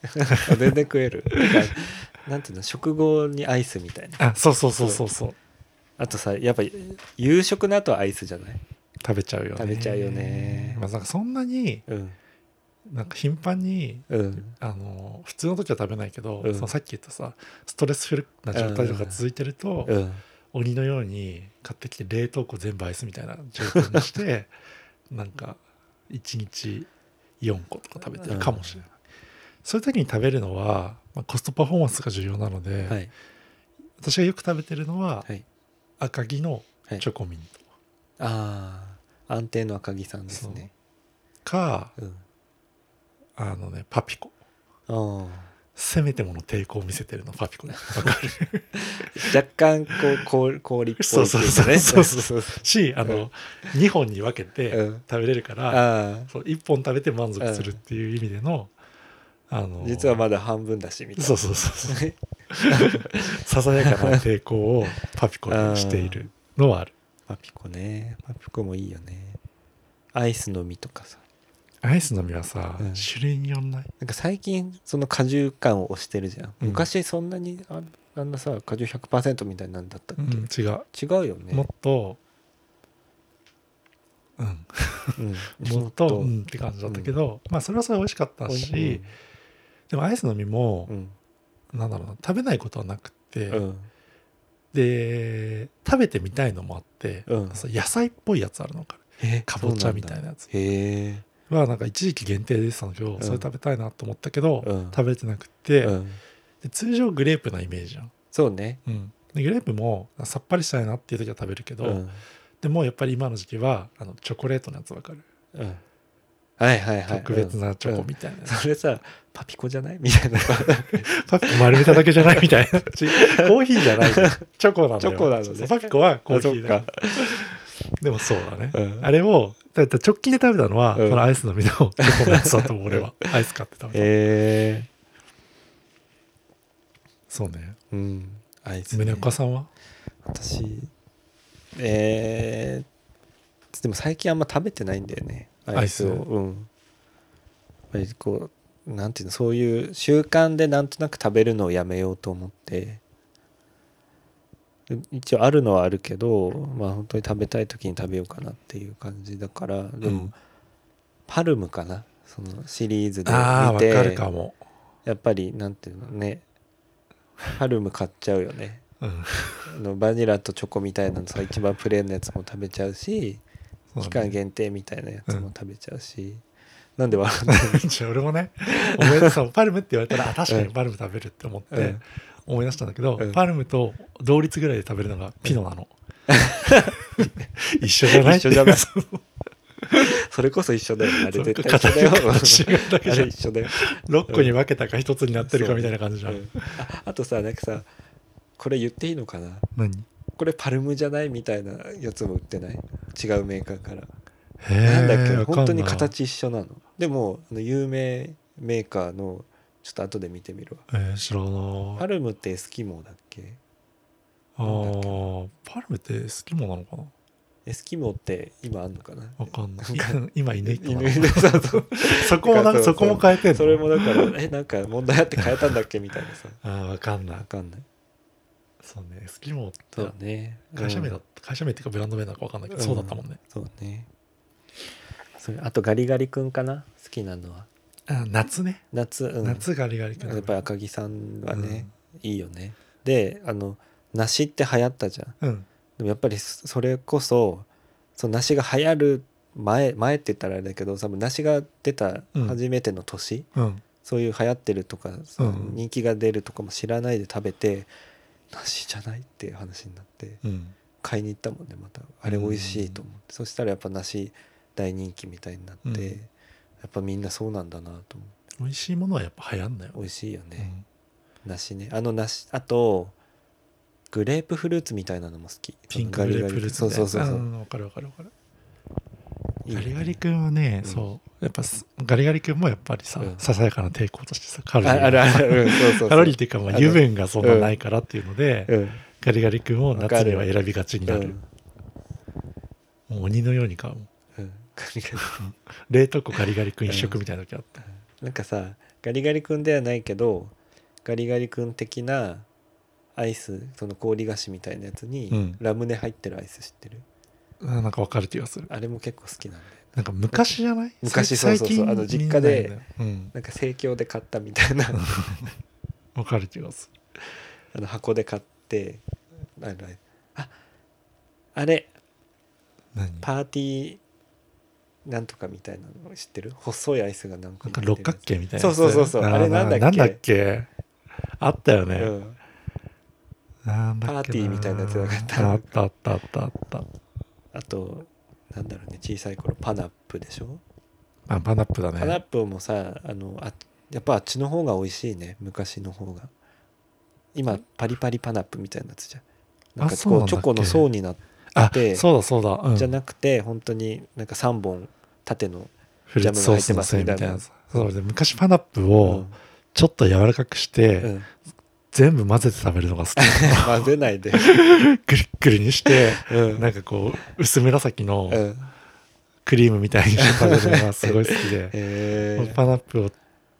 S2: 全然食
S1: (laughs)
S2: えるてかなんていうの食後にアイスみたいな
S1: あそうそうそうそうそう
S2: あとさやっぱ夕食の後はアイスじゃない
S1: 食べちゃうよね
S2: 食べちゃうよね
S1: まあなんかそんなに
S2: うん
S1: なんか頻繁に
S2: うん
S1: あの普通の時は食べないけど、
S2: うん
S1: そのさっき言ったさストレスフルな状態とか続いてると、
S2: うん
S1: 鬼のように買ってきて冷凍庫全部アイスみたいな状態にして
S2: (laughs)
S1: なんか1日4個とか食べてるかもしれない、そういう時に食べるのは、まあ、コストパフォーマンスが重要なので、
S2: はい
S1: 私がよく食べてるのは
S2: はい
S1: 赤城の
S2: はい
S1: チョコミント
S2: ああ安定の赤木さんですね
S1: か、
S2: うん
S1: あのねパピコ
S2: あ
S1: せめてもの抵抗を見せてるのパピコねわかる
S2: ー若干こう氷
S1: (laughs)
S2: 氷っぽい
S1: そうそうそう
S2: っていか
S1: そうそう
S2: そうそう
S1: しあ
S2: う
S1: の、2本に分けて
S2: うん
S1: 食べれるから、
S2: あ
S1: そう1本食べて満足するっていう意味での、あの
S2: あ実はまだ半分だしみたい
S1: そ
S2: な
S1: うそうそうそうささやかな抵抗をパピコにしているのはある
S2: パピコねパピコもいいよねアイスの実とかさ
S1: アイスの実はさ、
S2: うん
S1: 種類によんない
S2: なんか最近その果汁感を推してるじゃん、
S1: うん
S2: 昔そんなにああんなさ果汁100%みたいなんだったっ
S1: うん違う、
S2: け、違うよね
S1: もっとうん
S2: うん
S1: もっとうんって感じだったけど、まあそれはそれで美味しかったし、でもアイスの実も
S2: う、ん
S1: なんだろうな食べないことはなくて、
S2: うん
S1: で食べてみたいのもあって、
S2: うん
S1: そう野菜っぽいやつあるのか
S2: え
S1: かぼちゃみたいなやつ
S2: そうなんだへ
S1: はなんか一時期限定でしたんだけど、
S2: ん
S1: それ食べたいなと思ったけど、
S2: うん
S1: 食べれてなく
S2: え、
S1: て、
S2: うん、
S1: で通常グレープなイメージじゃん、
S2: そうね
S1: でグレープもさっぱりしたいなっていう時は食べるけど、
S2: うん
S1: でもやっぱり今の時期はあのチョコレートのやつわかる、
S2: うんはいはいはい
S1: 特別なチョコ
S2: うん
S1: みたいなやつ、
S2: それさパピコじゃないみたいな
S1: パピコ丸めただけじゃないみ
S2: (laughs)
S1: たいなちコーヒーじゃないチョコなのよ
S2: チョコなのね
S1: そうパピコ (laughs) はコーヒーだ
S2: あそっ
S1: でもそうだね、
S2: うん
S1: あれをだだ直近で食べたのは、
S2: うん
S1: そのアイスの実のチョコのやつだと思う
S2: (laughs)
S1: 俺はアイス買って食べた、
S2: へえ
S1: そうね
S2: うんアイスね
S1: 宗岡さんは
S2: 私えー、でも最近あんま食べてないんだよねアイスを
S1: アイス
S2: うんやっぱりこうなんていうのそういう習慣でなんとなく食べるのをやめようと思ってう一応あるのはあるけどまあ本当に食べたい時に食べようかなっていう感じだからでも、
S1: うん
S2: パルムかなそのシリーズで
S1: ああ
S2: 見
S1: わ
S2: て
S1: かるかも、
S2: やっぱりなんていうのねパルム買っちゃうよね
S1: うん
S2: あのバニラとチョコみたいなのさ一番プレーンのやつも食べちゃうし
S1: そう
S2: 期
S1: だ
S2: 間
S1: ね
S2: 限定みたいなやつも食べちゃうし、なんで笑ってんの (laughs)
S1: (laughs) じゃあ俺もね思い出したパルムって言われたらあ確かに
S2: うん
S1: パルム食べるって思っ
S2: う
S1: て
S2: ん
S1: 思い出したんだけど、
S2: うん
S1: パルムと同率ぐらいで食べるのがピノなの、 (laughs) 一緒じゃない
S2: 一緒じゃない
S1: そう
S2: それこそ一緒だよあれ絶対一緒
S1: 形
S2: だよ
S1: 形がだけ
S2: あ
S1: じゃ
S2: れ
S1: ん
S2: 一緒だよ、
S1: 6個に分けたか1つになってるかみたいな感じじ
S2: う
S1: ゃん、
S2: んああとさなんかさこれ言っていいのかな
S1: 何
S2: これパルムじゃないみたいなやつも売ってない違うメーカーから
S1: へえ
S2: なんだっけな
S1: わかん
S2: 本当に
S1: ない
S2: 形一緒なのでもあの有名メーカーのちょっと後で見てみるわ
S1: えー、知らな
S2: パ
S1: い
S2: ルムってエスキモーだっけ
S1: あ
S2: なんだっけ
S1: ーパルムって好きもなのかな
S2: エスキモーって今あんのかな
S1: わかんない今いないと
S2: 犬そうそう
S1: そこもなんかそこも変えてんの
S2: それもだからえなんか問題あって変えたんだっけみたいなさ
S1: あーわかんな
S2: わ
S1: い
S2: かんない
S1: そうねエスキモーって
S2: そうね
S1: 会社名だ、
S2: うん
S1: 会社名っていうかブランド名なのかわかんないけど、
S2: うん
S1: そうだったもんね
S2: そうねそれあとガリガリ君かな好きなのは
S1: あ夏ね、
S2: 夏、うん、
S1: 夏ガリガリ君
S2: やっぱり赤木さんはね、いいよねであの梨って流行ったじゃん
S1: うん
S2: でもやっぱりそそれこそその梨が流行る前前って言ったらあれだけど多分梨が出た
S1: うん
S2: 初めての年、
S1: うん
S2: そういう流行ってるとか、その
S1: うん
S2: 人気が出るとかも知らないで食べて梨じゃないっていう話になって
S1: うん
S2: 買いに行ったもんねまたあれ美味しいと思って、そしたらやっぱ梨大人気みたいになって、
S1: うん
S2: やっぱみんなそうなんだなと思って
S1: 美味しいものはやっぱ流行んだよ、
S2: 美味しいよ
S1: う
S2: ね、
S1: ん、
S2: 梨ねあの梨あとグレープフルーツみたいなのも好き
S1: ピンクグレープフルーツ
S2: そうそうそうそううん
S1: わかるわかるわかる
S2: いい
S1: ガ
S2: よね
S1: リガリ君はね、
S2: うん
S1: そうやっぱすガリガリ君もやっぱりさ、
S2: うん
S1: ささやかな抵抗としてさカロリ
S2: あ
S1: ー
S2: あるある、うん、そうそうそう
S1: (laughs) カロリーっていうかまあ
S2: ある
S1: 油分がそんなないからっていうので、
S2: うん
S1: ガリガリ君を
S2: わか
S1: 夏
S2: る
S1: には選びがちになるもう鬼のように買うもん
S2: うんうんガリガリ
S1: 冷凍庫ガリガリ君一食みたいな時あった、
S2: なんかさガリガリ君ではないけどガリガリ君的なアイスその氷菓子みたいなやつに、
S1: うん
S2: ラムネ入ってるアイス知ってる
S1: あなんかわかる気がする
S2: あれも結構好きなんだよ
S1: なんか昔じゃない
S2: 昔
S1: さい
S2: そうそうそう
S1: 最近
S2: あの実家で
S1: 見ないんだようん
S2: なんか盛況で買ったみたい
S1: (laughs)
S2: な
S1: わかる気がする
S2: あの箱で買ってあのああれ
S1: 何
S2: パーティーなんとかみたいなの知ってる細いアイスがなんか
S1: なんか六角形みたいなやつ
S2: そうそうそうそう
S1: ー
S2: あれなんだっけ
S1: なんだっけあったよね、
S2: 入ってるやつうん
S1: なんだっけな
S2: パーティーみたいなやつなかった
S1: あったあったあったあった
S2: あとなんだろうね小さい頃パナップでしょ
S1: あパナップだね
S2: パナップもさあのあやっぱあっちの方が美味しいね昔の方が今パリパリパナップみたいなやつじゃんなんか
S1: あそう
S2: こ
S1: な
S2: う
S1: んだっ
S2: チ
S1: け
S2: ョコの層になっ
S1: あ
S2: て
S1: そうだそうだ、うん、
S2: じゃなくて本当になんか3本縦の
S1: フルーツソースのせいみたいなやつそうで昔パナップをちょっと柔らかくして、
S2: うん
S1: (laughs)
S2: うん
S1: 全部混ぜて食べるのが好き
S2: (laughs) 混ぜないで
S1: ぐるっぐるにして
S2: うん
S1: なんかこう薄紫の
S2: うん
S1: クリームみたいにして食べるのがすごい好き
S2: (laughs)
S1: で、 (laughs)
S2: へー
S1: パナップを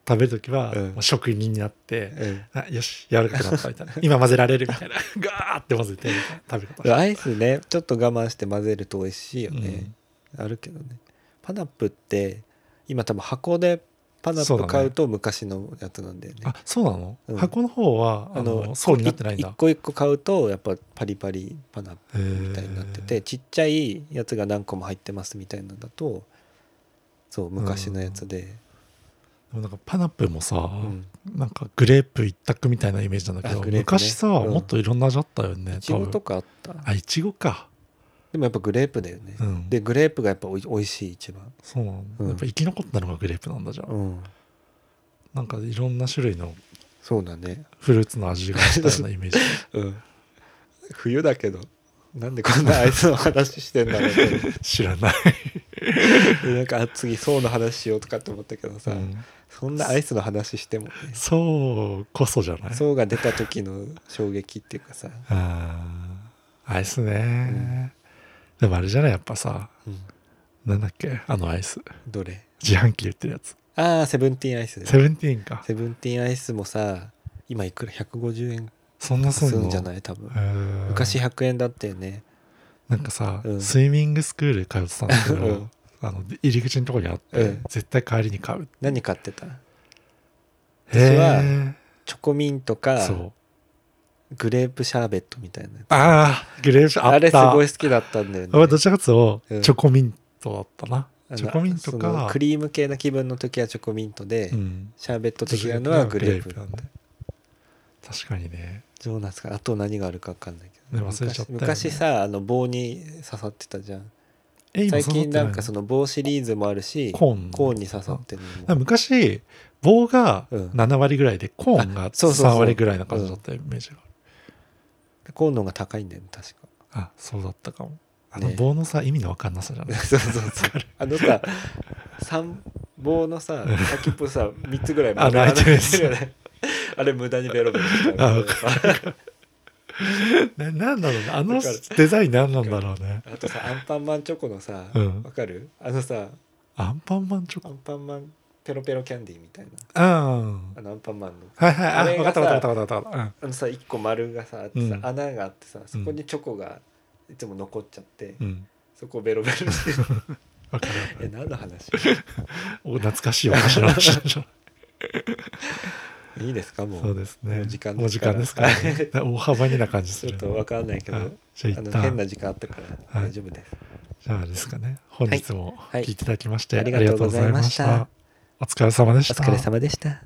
S1: 食べる時は、
S2: うん
S1: もう職人になって、
S2: うん
S1: あよし柔らかくなったみたいな今混ぜられるみたいなガーって混ぜて食べ方して
S2: アイスねちょっと我慢して混ぜると美味しいよね、あるけどねパナップって今多分箱でパナ
S1: そ
S2: ッ
S1: うだ
S2: プ
S1: ね
S2: 買うと昔のやつなんだよね
S1: あそうなの、
S2: うん
S1: 箱の方はあ
S2: あの
S1: の層になってないん
S2: 一
S1: だ
S2: 個一個買うとやっぱパリパリパナップみ
S1: み
S2: たいになっててちっちゃいやつが何個も入ってますみたいなのだとそう昔のやつで、
S1: でもなんかパナップもさ、
S2: うん
S1: なんかグレープ一択みたいなイメージなんだけ
S2: あ
S1: ど、
S2: グレープね
S1: 昔さ、
S2: うん
S1: もっといろんな味あったよね
S2: いちご
S1: 多
S2: と
S1: 分
S2: かあった
S1: あいちごか
S2: でもやっぱグレープだよね、
S1: うん
S2: でグレープがやっぱおい美味しい一番
S1: そうなんだ、
S2: うん
S1: やっぱ生き残ったのがグレープなんだじゃん、
S2: うん
S1: なんかいろんな種類の
S2: そうだね
S1: フルーツの味がしたようなイメージ
S2: うん冬だけどなんでこんなアイスの話してんだろう
S1: (laughs)
S2: って
S1: 知らない、
S2: でなんかあ次そうの話しようとかって思ったけどさ、
S1: うん
S2: そんなアイスの話してもね
S1: そうこそじゃない
S2: そうが出た時の衝撃っていうかさ、
S1: あーアイスね、でもあれじゃないやっぱさ
S2: うん
S1: なんだっけあのアイス
S2: どれ
S1: 自販機で売ってるやつ
S2: ああセブンティーンアイス
S1: セブンティーンか
S2: セブンティーンアイスもさ今いくら150円
S1: そんなす
S2: す
S1: ん
S2: る
S1: の
S2: んじゃない多分
S1: へー
S2: 昔100円だったよね
S1: なんかさ、
S2: うん
S1: スイミングスクール通ってたんだけど、
S2: うん
S1: あの入り口のとこにあって、
S2: うん
S1: 絶対帰りに買う
S2: 何買ってた
S1: へ
S2: 私は
S1: え
S2: チョコミンとか
S1: そう
S2: グレープシャーベットみたいなやつ
S1: ああグレープあった
S2: あれすごい好きだったんだよね
S1: 俺どちらかといううんとチョコミントだったな、
S2: あの
S1: チョコミント
S2: その
S1: か
S2: クリーム系な気分の時はチョコミントで、
S1: うん
S2: シャーベット的なのはグレープ
S1: なんで確かにね
S2: どうなんですかあと何があるか分かんないけど、
S1: ね忘れちゃったよね
S2: 昔昔さあの棒に刺さってたじゃん
S1: え今
S2: 最近なんかそ
S1: の
S2: の棒シリーズもあるし
S1: コーン
S2: コーンに刺さってる
S1: だか
S2: の
S1: ら
S2: も
S1: 昔棒が
S2: うん
S1: 7割ぐらいでコーンが
S2: あそうそうそう
S1: 3割ぐらいな感じだったイメージがある
S2: コーンの方が高いんだよね
S1: (laughs)
S2: 確か
S1: あそうだったかもあの
S2: ね
S1: 棒のさ意味のわかんなさじゃ
S2: (laughs)
S1: ない
S2: そうそうそうあのさ三棒のさ先っぽさ3つぐらい
S1: あ泣いてるやつ
S2: 泣いてるよね (laughs) あれ無駄にベロベロし
S1: あわ
S2: た
S1: ななんだろうねあの
S2: わかる
S1: デザインなんなんだろうね
S2: あとさアンパンマンチョコのさわ、
S1: うん
S2: かるあのさ
S1: アンパンマンチョ
S2: ア
S1: コ
S2: ンパンマンペロペロキャンディーみたいな
S1: うん
S2: あのアンパンマンの
S1: はいはいあ
S2: あれ
S1: 分か
S2: が
S1: った
S2: さ
S1: 分かった分かった分かった、うん、
S2: あのさ1個丸がさあってさ、
S1: うん
S2: 穴があってさそこにチョコがいつも残っちゃって、
S1: うん。
S2: そこをベロベロして
S1: (laughs)
S2: る
S1: わかるわか
S2: え
S1: る。
S2: 何の
S1: (laughs)
S2: 話
S1: お懐かしいお菓子の
S2: (laughs)
S1: 話なんでしょ
S2: いいですかもう
S1: そうですね。
S2: もう時間
S1: もう
S2: です
S1: 時
S2: から
S1: 間ですから、
S2: (laughs)
S1: ね。大幅にな感じ
S2: ち
S1: す
S2: ょっ
S1: る。
S2: と分かんないけど、
S1: はいじゃあ
S2: あ
S1: 一
S2: の変な
S1: 旦、
S2: 時間あったから
S1: はい
S2: 大丈夫です、
S1: じゃああれですかね。本日も
S2: はい
S1: 聞いていただきまして、
S2: ありが
S1: ありが
S2: と
S1: と
S2: う
S1: う
S2: ご
S1: ご
S2: ざ
S1: ざい
S2: いま
S1: ま
S2: し
S1: したた。お疲れ様でし
S2: お
S1: た。
S2: 疲れ様でした